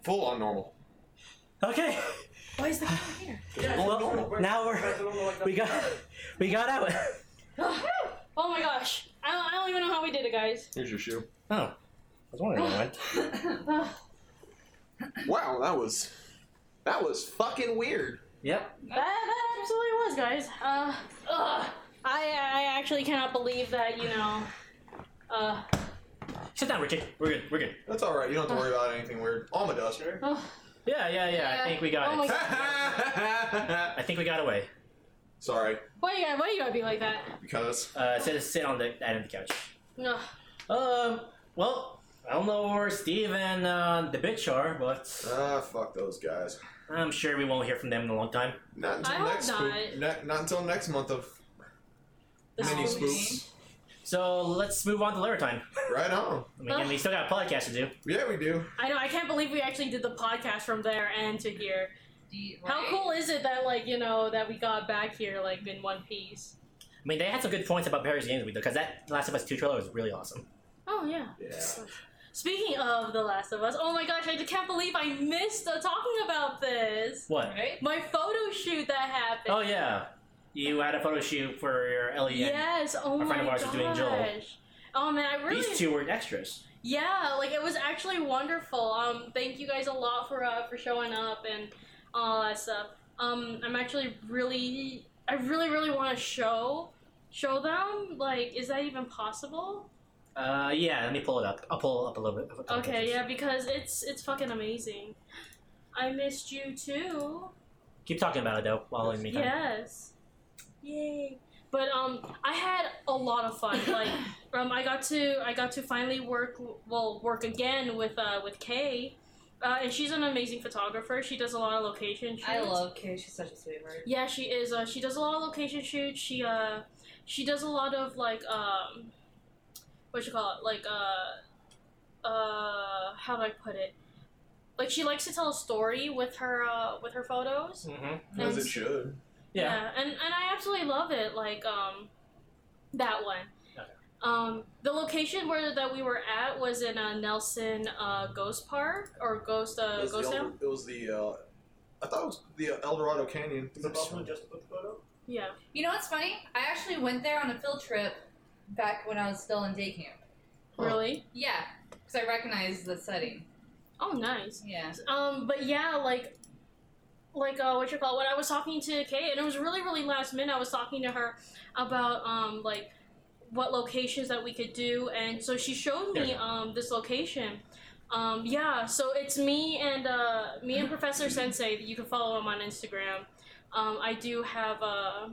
S4: Full on normal.
S3: go! Okay.
S1: Why is the guy here?
S3: Well, now we're we got we got out.
S1: Oh my gosh. I don't, I don't even know how we did it, guys.
S4: Here's your shoe.
S3: Oh, I was wondering where it went.
S4: Wow, that was that was fucking weird.
S3: Yep.
S1: That, that absolutely was, guys. Uh, ugh. I, I actually cannot believe that, you know. Uh,
S3: Sit down, Richard. We're good. We're good.
S4: That's all right. You don't have to worry about anything weird. Alma does.
S1: ugh.
S3: Yeah, yeah, yeah. I think we got
S1: Oh my
S3: it.
S1: God.
S3: I think we got away.
S4: Sorry,
S1: Why you gotta, why you gotta be like that?
S4: because
S3: Uh, sit sit on the end of the couch.
S1: No.
S3: Um. Well, I don't know where Steve and uh, the bitch are, but
S4: ah, fuck those guys.
S3: I'm sure we won't hear from them in a long time.
S4: Not until
S1: I hope
S4: next spook- ne- not until next month of
S1: This
S4: mini
S1: is-
S4: spooks.
S3: So let's move on to later time.
S4: Right on.
S3: I mean, and we still got a podcast to do.
S4: Yeah, we do.
S1: I know, I can't believe we actually did the podcast from there and to here.
S5: Do you-
S1: How
S5: right?
S1: cool is it that, like, you know, that we got back here, like, in one piece?
S3: I mean, they had some good points about Barry's games we did because that Last of Us Two trailer was really awesome.
S1: Oh, yeah.
S4: Yeah.
S1: Speaking of The Last of Us, oh my gosh, I can't believe I missed uh, talking about this.
S3: What?
S5: Right?
S1: My photo shoot that happened.
S3: Oh yeah, you had a photo shoot for your Ellie. and-
S1: Yes, oh
S3: A
S1: my
S3: friend of ours
S1: gosh.
S3: was doing Joel.
S1: Oh man, I really
S3: These two were extras.
S1: Yeah, like it was actually wonderful. Um thank you guys a lot for uh, for showing up and all that stuff. Um I'm actually really I really really want to show show them like is that even possible?
S3: Uh, yeah. Let me pull it up. I'll pull up a little bit. of a couple
S1: Okay,
S3: pictures.
S1: yeah, because it's it's fucking amazing. I missed you too.
S3: Keep talking about it though, while in the meantime.
S1: Yes. Yay. But um, I had a lot of fun. Like, um, I got to I got to finally work well work again with uh with Kay, uh, and she's an amazing photographer. She does a lot of location shoots.
S5: I love Kay. She's such a sweetheart.
S1: Yeah, she is. Uh, she does a lot of location shoots. She uh, she does a lot of like um, what you call it? Like uh, uh, how do I put it? Like she likes to tell a story with her uh, with her photos.
S3: Mm-hmm.
S4: As it
S1: And-
S4: should.
S3: Yeah.
S1: and and I absolutely love it. Like um, that one.
S3: Okay.
S1: Um, the location where that we were at was in uh, Nelson uh, Ghost Park or Ghost
S4: It
S1: uh,
S4: was the
S1: Ghost Town.
S4: Elder- it was the. Uh, I thought it was the uh, El Dorado Canyon.
S7: Is it possible just to put the photo?
S1: Yeah.
S8: You know what's funny? I actually went there on a field trip back when I was still in day camp.
S4: Huh.
S1: Really?
S8: Yeah, because I recognized the setting.
S1: Oh, nice.
S8: Yeah.
S1: Um, but yeah, like, like uh, what you call when I was talking to Kay, and it was really, really last minute. I was talking to her about um, like what locations that we could do, and so she showed
S3: There
S1: me
S3: you go.
S1: um this location. Um, yeah, so it's me and uh, me and Professor Sensei. You can follow him on Instagram. Um, I do have uh,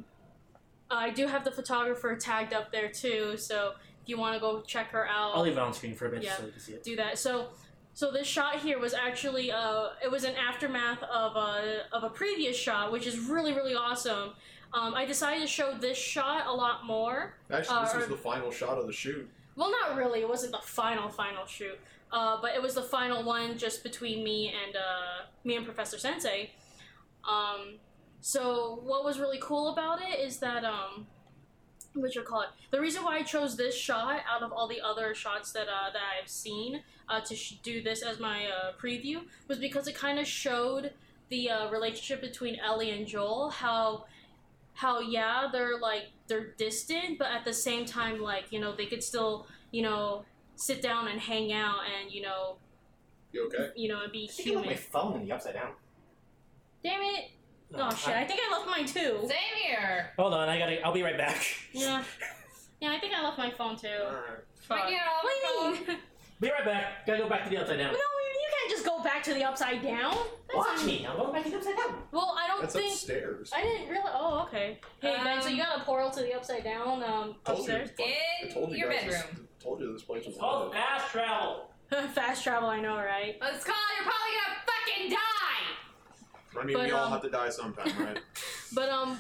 S1: I do have the photographer tagged up there too. So if you want to go check her out,
S3: I'll leave it on screen for a bit
S1: Yeah.
S3: so you can see it.
S1: do that. So, so this shot here was actually uh, it was an aftermath of a of a previous shot, which is really really awesome. Um, I decided to show this shot a lot more.
S4: Actually, this
S1: Uh,
S4: was the final shot of the shoot.
S1: Well, not really. It wasn't the final final shoot, uh, but it was the final one just between me and uh, me and Professor Sensei. Um, so what was really cool about it is that um, what you call it. The reason why I chose this shot out of all the other shots that uh, that I've seen uh, to sh- do this as my uh, preview was because it kind of showed the uh, relationship between Ellie and Joel. How how yeah they're like they're distant, but at the same time like you know they could still you know sit down and hang out and you know
S4: You okay?
S1: you know and be
S3: I think I left my
S1: human.
S3: phone the upside down.
S1: Damn it!
S3: No,
S1: Oh shit!
S3: Uh, I-
S1: I think I left mine too.
S8: Same here.
S3: hold on, I gotta. I'll be right back.
S1: Yeah. Yeah, I think I left my phone too. Fuck.
S8: Can we get all
S1: What do you
S8: the
S1: mean?
S3: Be right back. Gotta go back to the upside down.
S1: No, you can't just go back to the upside down. That's
S3: Watch
S1: un-
S3: me. I'm going back to the upside down.
S1: Well, I don't
S4: That's
S1: think
S4: upstairs.
S1: Oh, I didn't really. Oh, okay. Hey guys, so
S8: Um,
S1: you got a portal to the upside down um,
S4: Told you.
S1: upstairs?
S8: In
S4: I told you
S8: your
S4: guys
S8: bedroom.
S4: This, told you this place was
S7: Oh,
S6: It's called
S4: haunted.
S6: fast travel.
S1: Fast travel, I know, right?
S8: Let's call it. You're probably gonna fucking die.
S4: I mean,
S1: But,
S4: we all
S1: um,
S4: have to die sometime, right?
S1: But um,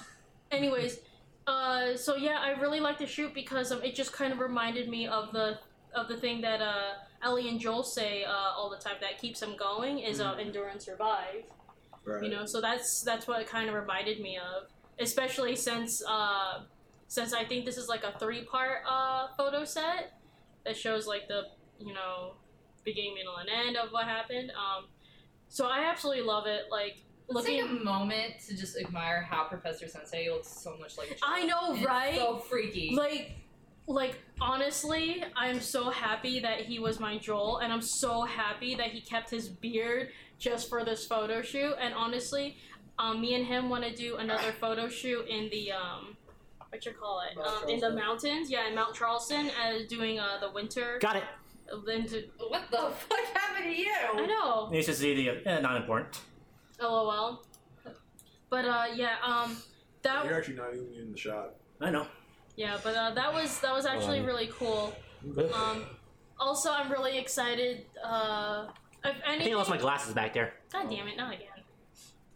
S1: anyways, uh, so yeah, I really like the shoot because um, it just kind of reminded me of the of the thing that uh Ellie and Joel say uh, all the time that keeps them going is uh, endure and survive.
S4: right.
S1: you know so that's that's what it kind of reminded me of especially since uh since i think this is like a three part uh photo set that shows like the you know beginning middle and end of what happened um so i absolutely love it like
S8: Let's take
S1: looking
S8: a moment to just admire how Professor Sensei looks so much like. Joel.
S1: i know
S8: It's
S1: right
S8: So freaky.
S1: like like honestly i'm so happy that he was my joel and i'm so happy that he kept his beard just for this photo shoot and honestly um, me and him want to do another photo shoot in the um what you call it
S7: Mount
S1: um, in the
S7: Charleston.
S1: mountains yeah in mount charleston uh, doing uh, the winter
S3: Got it.
S1: winter
S8: what the fuck happened to you?
S1: i know
S3: It's just the idiot. Eh, not important.
S1: lol but uh yeah um that
S4: You're actually not even in the shot.
S3: I know.
S1: Yeah, but uh, that was that was actually
S4: Um.
S1: really cool. Um, also, I'm really excited. Uh, if
S3: I
S1: anything,
S3: think I lost my glasses back there.
S1: God damn it, not again.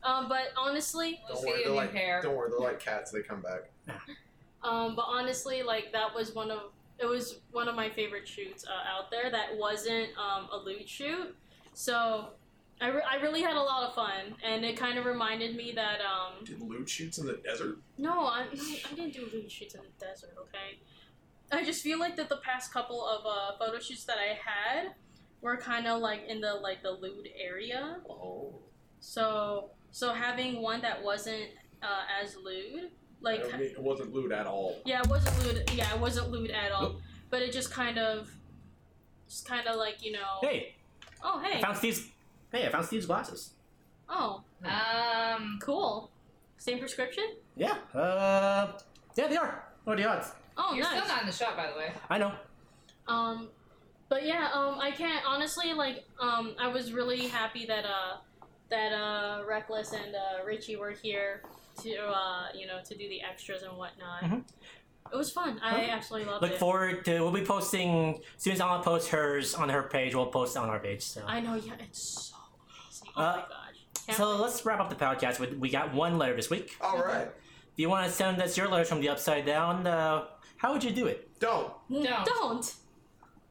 S1: Um, but honestly,
S8: Let's
S4: Don't
S8: get you a
S4: worry, they're
S8: new
S4: like
S8: pair.
S4: don't worry, they're like cats. They come back.
S1: um, but honestly, like that was one of it was one of my favorite shoots uh, out there. That wasn't um, a loot shoot, so I, re- I really had a lot of fun, and it kind of reminded me that um,
S4: Did loot shoots in the desert?
S1: No, I, I didn't do loot shoots in the desert, okay? I just feel like that the past couple of uh, photo shoots that I had were kind of like in the like the lewd area.
S4: Oh,
S1: So so having one that wasn't uh, as lewd, like
S4: I mean, it wasn't loot at all.
S1: yeah, it wasn't lewd. Yeah, it wasn't lewd at all.
S4: Nope.
S1: But it just kind of, just kind of like you know.
S3: Hey,
S1: Oh
S3: I
S1: hey.
S3: found Steve's. Hey, I found Steve's glasses.
S1: Oh
S8: Um.
S1: cool. Same prescription.
S3: Yeah. Uh. Yeah, they are. What are the odds?
S1: Oh
S8: You're
S1: nice.
S8: still not in the shot, by the way.
S3: I know.
S1: Um, but yeah, um, I can't honestly like um, I was really happy that uh that uh Reckless and uh Richie were here to uh you know to do the extras and whatnot.
S3: Mhm.
S1: It was fun. I
S3: Okay.
S1: absolutely loved
S3: Look
S1: it.
S3: forward to. We'll be posting as soon as Anna posts hers on her page. We'll post it on our page. So.
S1: I know. Yeah, it's so amazing. Oh my
S3: Uh,
S1: gosh. Can't
S3: So
S1: wait.
S3: let's wrap up the podcast. With, we got one letter this week.
S4: All right,
S3: If you want to send us your letters from the upside down, uh, how would you do it?
S4: don't.
S8: Don't.
S1: don't.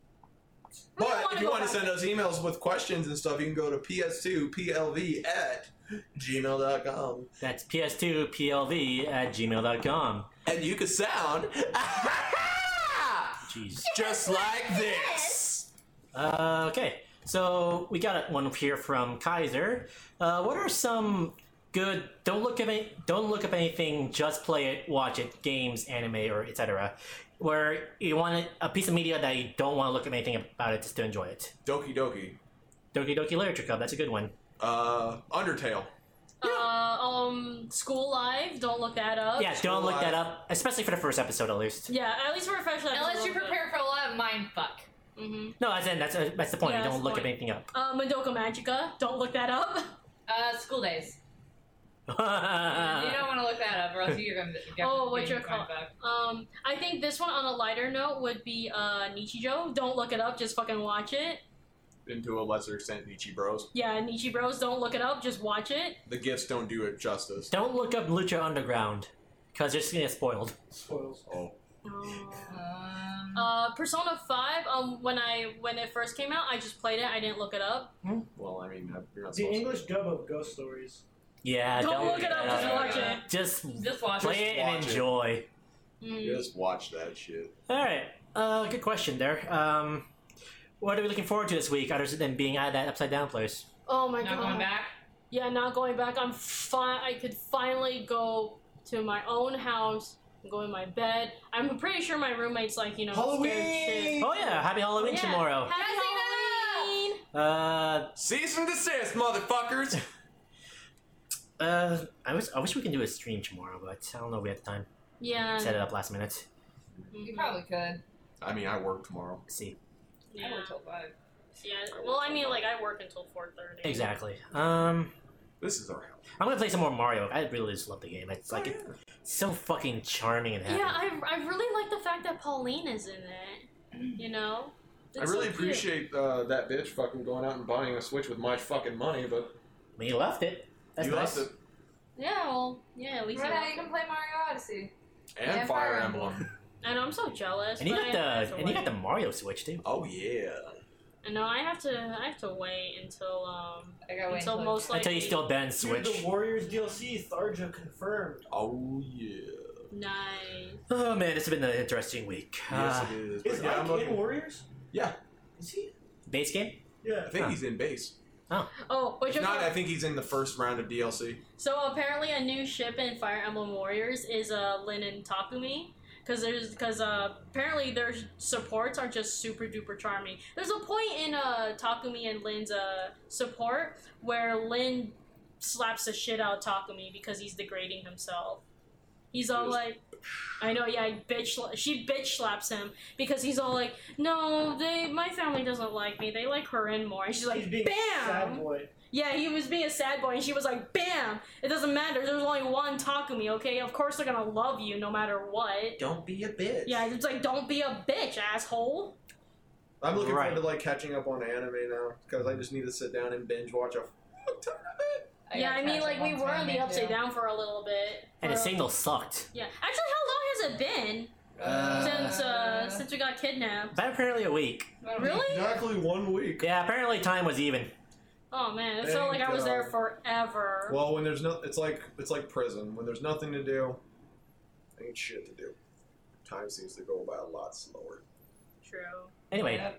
S1: We
S4: But
S1: don't wanna
S4: if you
S1: go
S4: want to
S1: back.
S4: send us emails with questions and stuff, you can go to ps2plv at gmail.com.
S3: That's ps2plv at gmail.com.
S4: And you can sound.
S3: Jeez.
S2: Just like this.
S3: Uh, okay, so we got one up here from Kaiser. Uh, what are some good? Don't look up any, Don't look up anything. Just play it, watch it. Games, anime, or etc. Where you want a piece of media that you don't want to look up anything about it just to enjoy it.
S4: Doki Doki.
S3: Doki Doki Literature Club. That's a good one.
S4: Uh, Undertale.
S1: Uh, um, School Live. Don't look that up.
S3: yeah, don't look that up, especially for the first episode at least.
S1: Yeah, at least for a fresh episode.
S8: Unless you're prepared for a lot of mind fuck.
S1: Mm-hmm.
S3: No, as in that's uh, that's the point.
S1: Yeah,
S3: you
S1: that's
S3: don't
S1: the
S3: look
S1: point.
S3: up anything up.
S1: Uh, Madoka Magica. Don't look that up.
S8: Uh, school days. you don't want to look that up, or else you're gonna. Get
S1: Oh, what
S8: get
S1: you're
S8: mind
S1: call-
S8: fucked.
S1: Um, I think this one on a lighter note would be uh Nichijou. Don't look it up. Just fucking watch it.
S4: And to a lesser extent, Nietzsche Bros.
S1: Yeah, Nichi Bros. Don't look it up. Just watch it.
S4: The gifts don't do it justice.
S3: Don't look up Lucha Underground, cause you're just gonna get spoiled.
S7: Spoils.
S4: Oh.
S8: Um,
S1: Uh, Persona Five. Um, when I when it first came out, I just played it. I didn't look it up.
S4: Well, I mean, you're not
S7: The
S4: supposed
S7: English dub of Ghost Stories.
S3: Yeah,
S1: don't,
S3: don't,
S1: look it up. Just
S8: Yeah.
S1: watch it.
S3: Just
S8: just watch
S3: play
S8: it.
S3: it and
S4: watch it.
S3: enjoy.
S4: to.
S1: Mm.
S4: Just watch that shit.
S3: All right. Uh, good question there. Um, what are we looking forward to this week, other than being at that upside down place?
S1: Oh my
S8: Not
S1: god.
S8: going back.
S1: Yeah, not going back. I'm fine. I could finally go to my own house. and Go in my bed. I'm pretty sure my roommate's like, you know, scared shit.
S4: Halloween!
S3: Oh yeah, happy Halloween
S1: Yeah,
S3: tomorrow.
S1: Happy
S8: Dressing up!
S1: Halloween!
S3: Uh,
S4: Cease and desist, motherfuckers!
S3: uh, I wish I wish we can do a stream tomorrow, but I don't know if we have time.
S1: Yeah.
S3: Set it up last minute.
S8: You
S1: mhm.
S8: probably could.
S4: I mean, I work tomorrow.
S3: Let's see
S1: Yeah.
S8: I work till five.
S1: Yeah. Well, I mean, like I work until 4:30.
S3: exactly. Um,
S4: This is our house.
S3: I'm gonna play some more Mario. I really just love the game. It's like
S4: Oh, yeah.
S3: it's so fucking charming and happy.
S1: Yeah, I, I really like the fact that Pauline is in it. You know.
S4: I
S1: It's so
S4: really
S1: cute.
S4: appreciate uh, that bitch fucking going out and buying a Switch with my fucking money, but
S3: I mean, you left it. That's
S4: you
S3: nice.
S4: left it.
S1: Yeah. Well. Yeah. At least.
S8: Right now you
S1: I
S8: can play Mario Odyssey.
S4: And
S8: And
S4: Fire
S8: Fire
S4: Emblem.
S1: And I'm so jealous.
S3: And you
S1: but
S3: got
S1: I have
S3: the
S1: to
S3: and you got
S1: wait.
S3: the Mario Switch too.
S4: oh, yeah.
S1: I know I have to. I have to wait until um.
S8: I gotta wait.
S1: until
S8: until-
S1: most likely.
S3: Until you still ban
S7: Dude,
S3: Switch.
S7: the Warriors DLC Tharja confirmed.
S4: Oh, yeah.
S1: Nice.
S3: Oh man, it's been an interesting week. Uh,
S4: yes, it is.
S7: Is
S4: But yeah,
S7: Ike
S4: I'm
S7: in
S4: looking.
S7: Warriors?
S4: Yeah.
S7: Is he?
S3: base game.
S4: I
S7: Yeah.
S4: think he's in base.
S1: Oh, which
S4: If not, I think he's in the first round of DLC.
S1: so apparently a new ship in Fire Emblem Warriors is uh Lin and Takumi. Cause there's, cause uh, apparently their supports are just super duper charming. There's a point in uh Takumi and Lin's uh support where Lin slaps the shit out of Takumi because he's degrading himself. He's all
S4: Yes.
S1: like, I know, yeah, I bitch. sla- She bitch slaps him because he's all like, no, they, my family doesn't like me. They like her in more. And she's like,
S7: he's being
S1: bam.
S7: sad boy.
S1: Yeah, he was being a sad boy, and she was like, "Bam! It doesn't matter. There's only one Takumi, okay? Of course they're gonna love you no matter what."
S4: Don't be a bitch.
S1: Yeah, it's like, "Don't be a bitch, asshole."
S4: I'm looking
S3: Right.
S4: forward to like catching up on anime now because I just need to sit down and binge watch a
S1: Oh,
S4: fuck ton of it.
S8: I
S1: yeah,
S8: gotta
S1: I mean,
S8: catch up
S1: like we
S8: on
S1: were on
S8: Spider-Man
S1: the upside
S8: too.
S1: down for a little bit.
S3: And the
S1: For-
S3: signal sucked.
S1: Yeah, actually, how long has it been since uh since we got kidnapped?
S3: About apparently a week.
S1: Really?
S4: Exactly one week.
S3: Yeah, apparently time was even.
S1: Oh man, it felt like
S4: Thank
S1: I was there
S4: God.
S1: forever.
S4: Well, when there's no, it's like it's like prison. When there's nothing to do, ain't shit to do. Time seems to go by a lot slower.
S1: True.
S3: Anyway,
S8: Yeah.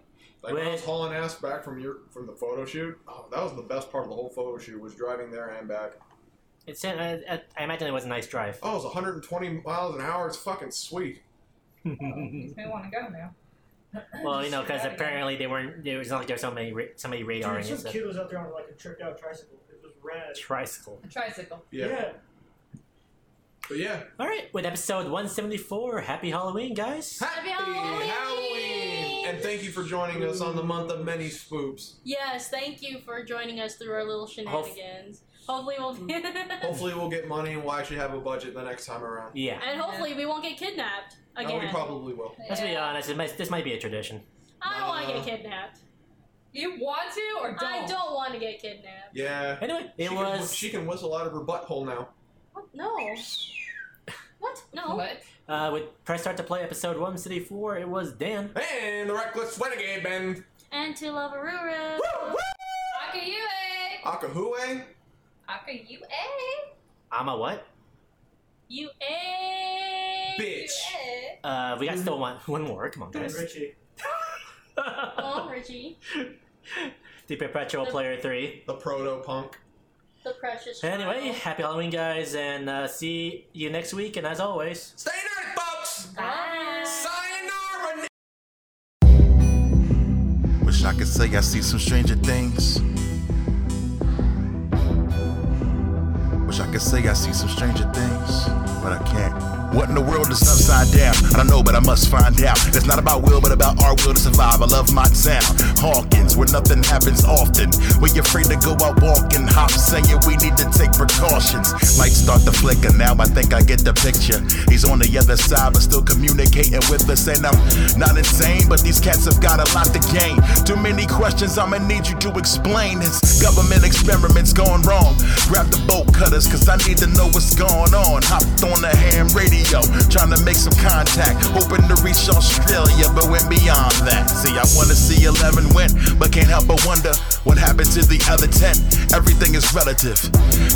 S4: Like when I was
S3: Wait.
S4: hauling ass back from your from the photo shoot. Oh, that was the best part of the whole photo shoot was driving there and back.
S3: it's uh, uh, I imagine it was a nice drive.
S4: Oh, it was 120 miles an hour. It's fucking sweet.
S8: Makes me want to go now.
S3: well, you know, because apparently they weren't. There was not like there was so many ra- so many radar
S7: Dude,
S3: in it.
S7: some
S3: so-
S7: kid was out there on like a tricked out tricycle. It was rad.
S3: Tricycle.
S8: A tricycle.
S4: Yeah. But yeah.
S3: All right, with episode one seventy four. Happy Halloween, guys.
S4: Happy
S1: Halloween!
S4: And thank you for joining us on the month of many spoops.
S1: Yes, thank you for joining us through our little shenanigans. Hopefully, we'll
S4: Hopefully, we'll get money and we'll actually have a budget the next time around.
S3: Yeah.
S1: and hopefully we won't get kidnapped
S4: No,
S1: again.
S4: we probably will.
S3: Let's be
S8: Yeah.
S3: honest. It might, this might be a tradition.
S1: I don't want to
S4: No.
S1: get kidnapped.
S8: You want to or don't?
S1: I don't want to get kidnapped.
S4: Yeah.
S3: Anyway, it
S4: she Can, whi-
S3: was.
S4: she can whistle out of her butthole now.
S1: What? No. What? No.
S8: What?
S3: uh, with press start to play episode one seventy four. It was Dan.
S4: And the reckless renegade Ben.
S1: And to love Aurora.
S4: Woo! Woo!
S8: Akayue!
S4: Akahue.
S8: Akayue!
S3: I'm a what?
S1: You a.
S4: bitch.
S3: Uh, we got still one one more. Come on, guys.
S7: Richie.
S1: Oh, Richie,
S3: The Perpetual Player 3.
S4: The proto punk.
S1: the precious.
S3: Anyway, happy Halloween, guys, and uh, see you next week. And as always,
S4: Stay nerdy, folks. Sayonara.
S2: Wish I could say I see some stranger things. Wish I could say I see some stranger things, but I can't. What in the world is upside down? I don't know, but I must find out. It's not about will, but about our will to survive. I love my town, Hawkins, where nothing happens often. Where you're afraid to go out walking, hop, saying we need to take precautions. Lights start to flicker now. I think I get the picture. He's on the other side, but still communicating with us. And I'm not insane, but these cats have got a lot to gain. Too many questions, I'ma need you to explain. His government experiments gone wrong. Grab the bolt cutters, cause I need to know what's going on. Hopped on the ham radio, trying to make some contact. Hoping to reach Australia, but went beyond that. See, I wanna see 11 win, but can't help but wonder what happened to the other 10. Everything is relative.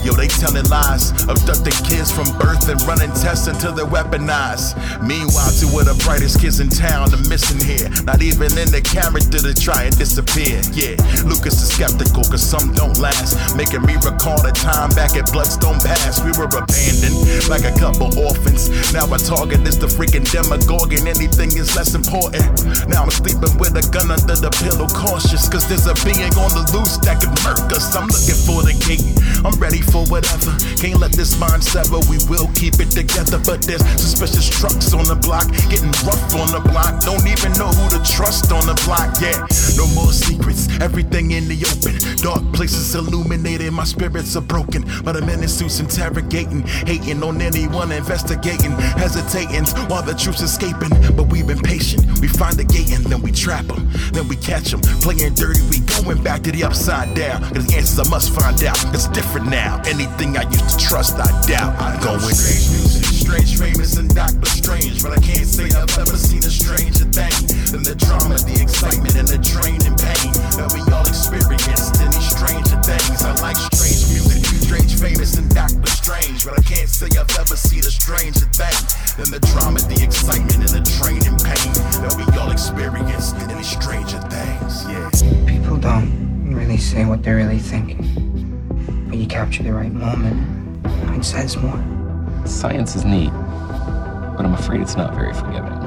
S2: Yo, they telling lies, abducting kids from birth and running tests until they're weaponized. Meanwhile, two of the brightest kids in town are missing here. Not even in the character to try and disappear. Yeah, Lucas is skeptical cause some don't last. Making me recall the time back at Bloodstone Pass. We were abandoned like a couple orphans. Now our target is the freaking demagogue and anything is less important. Now I'm sleeping with a gun under the pillow cautious cause there's a being on the loose that could murk us. I'm looking for the gate. I'm ready for whatever. Can't let this mind sever. We will keep it together, but there's suspicious trucks on the block, getting rough on the block. Don't even know who to trust on the block. Yeah, no more secrets. Everything in the open. Dark places illuminated. My spirits are broken, but I'm in the suits interrogating, hating on anyone investigating, hesitating while the truth's escaping. But we've been patient. We find the gate and then we trap 'em. Then we catch 'em. Playing dirty, we going back to the upside down. Cause the answers I must find out. It's different now. Anything I used to trust, I doubt. I'm going. Strange music, strange famous, and Doctor Strange. But I can't say I've ever seen a stranger thing than the drama, the excitement, and the drain and pain that we all experienced in these stranger things. I like strange music, strange famous, and Doctor Strange. But I can't say I've ever seen a stranger thing than the drama, the excitement, and the drain and pain that we all experienced in these stranger things. Yeah.
S11: People don't really say what they're really thinking. But you capture the right moment, and it says more.
S12: Science is neat, but I'm afraid it's not very forgiving.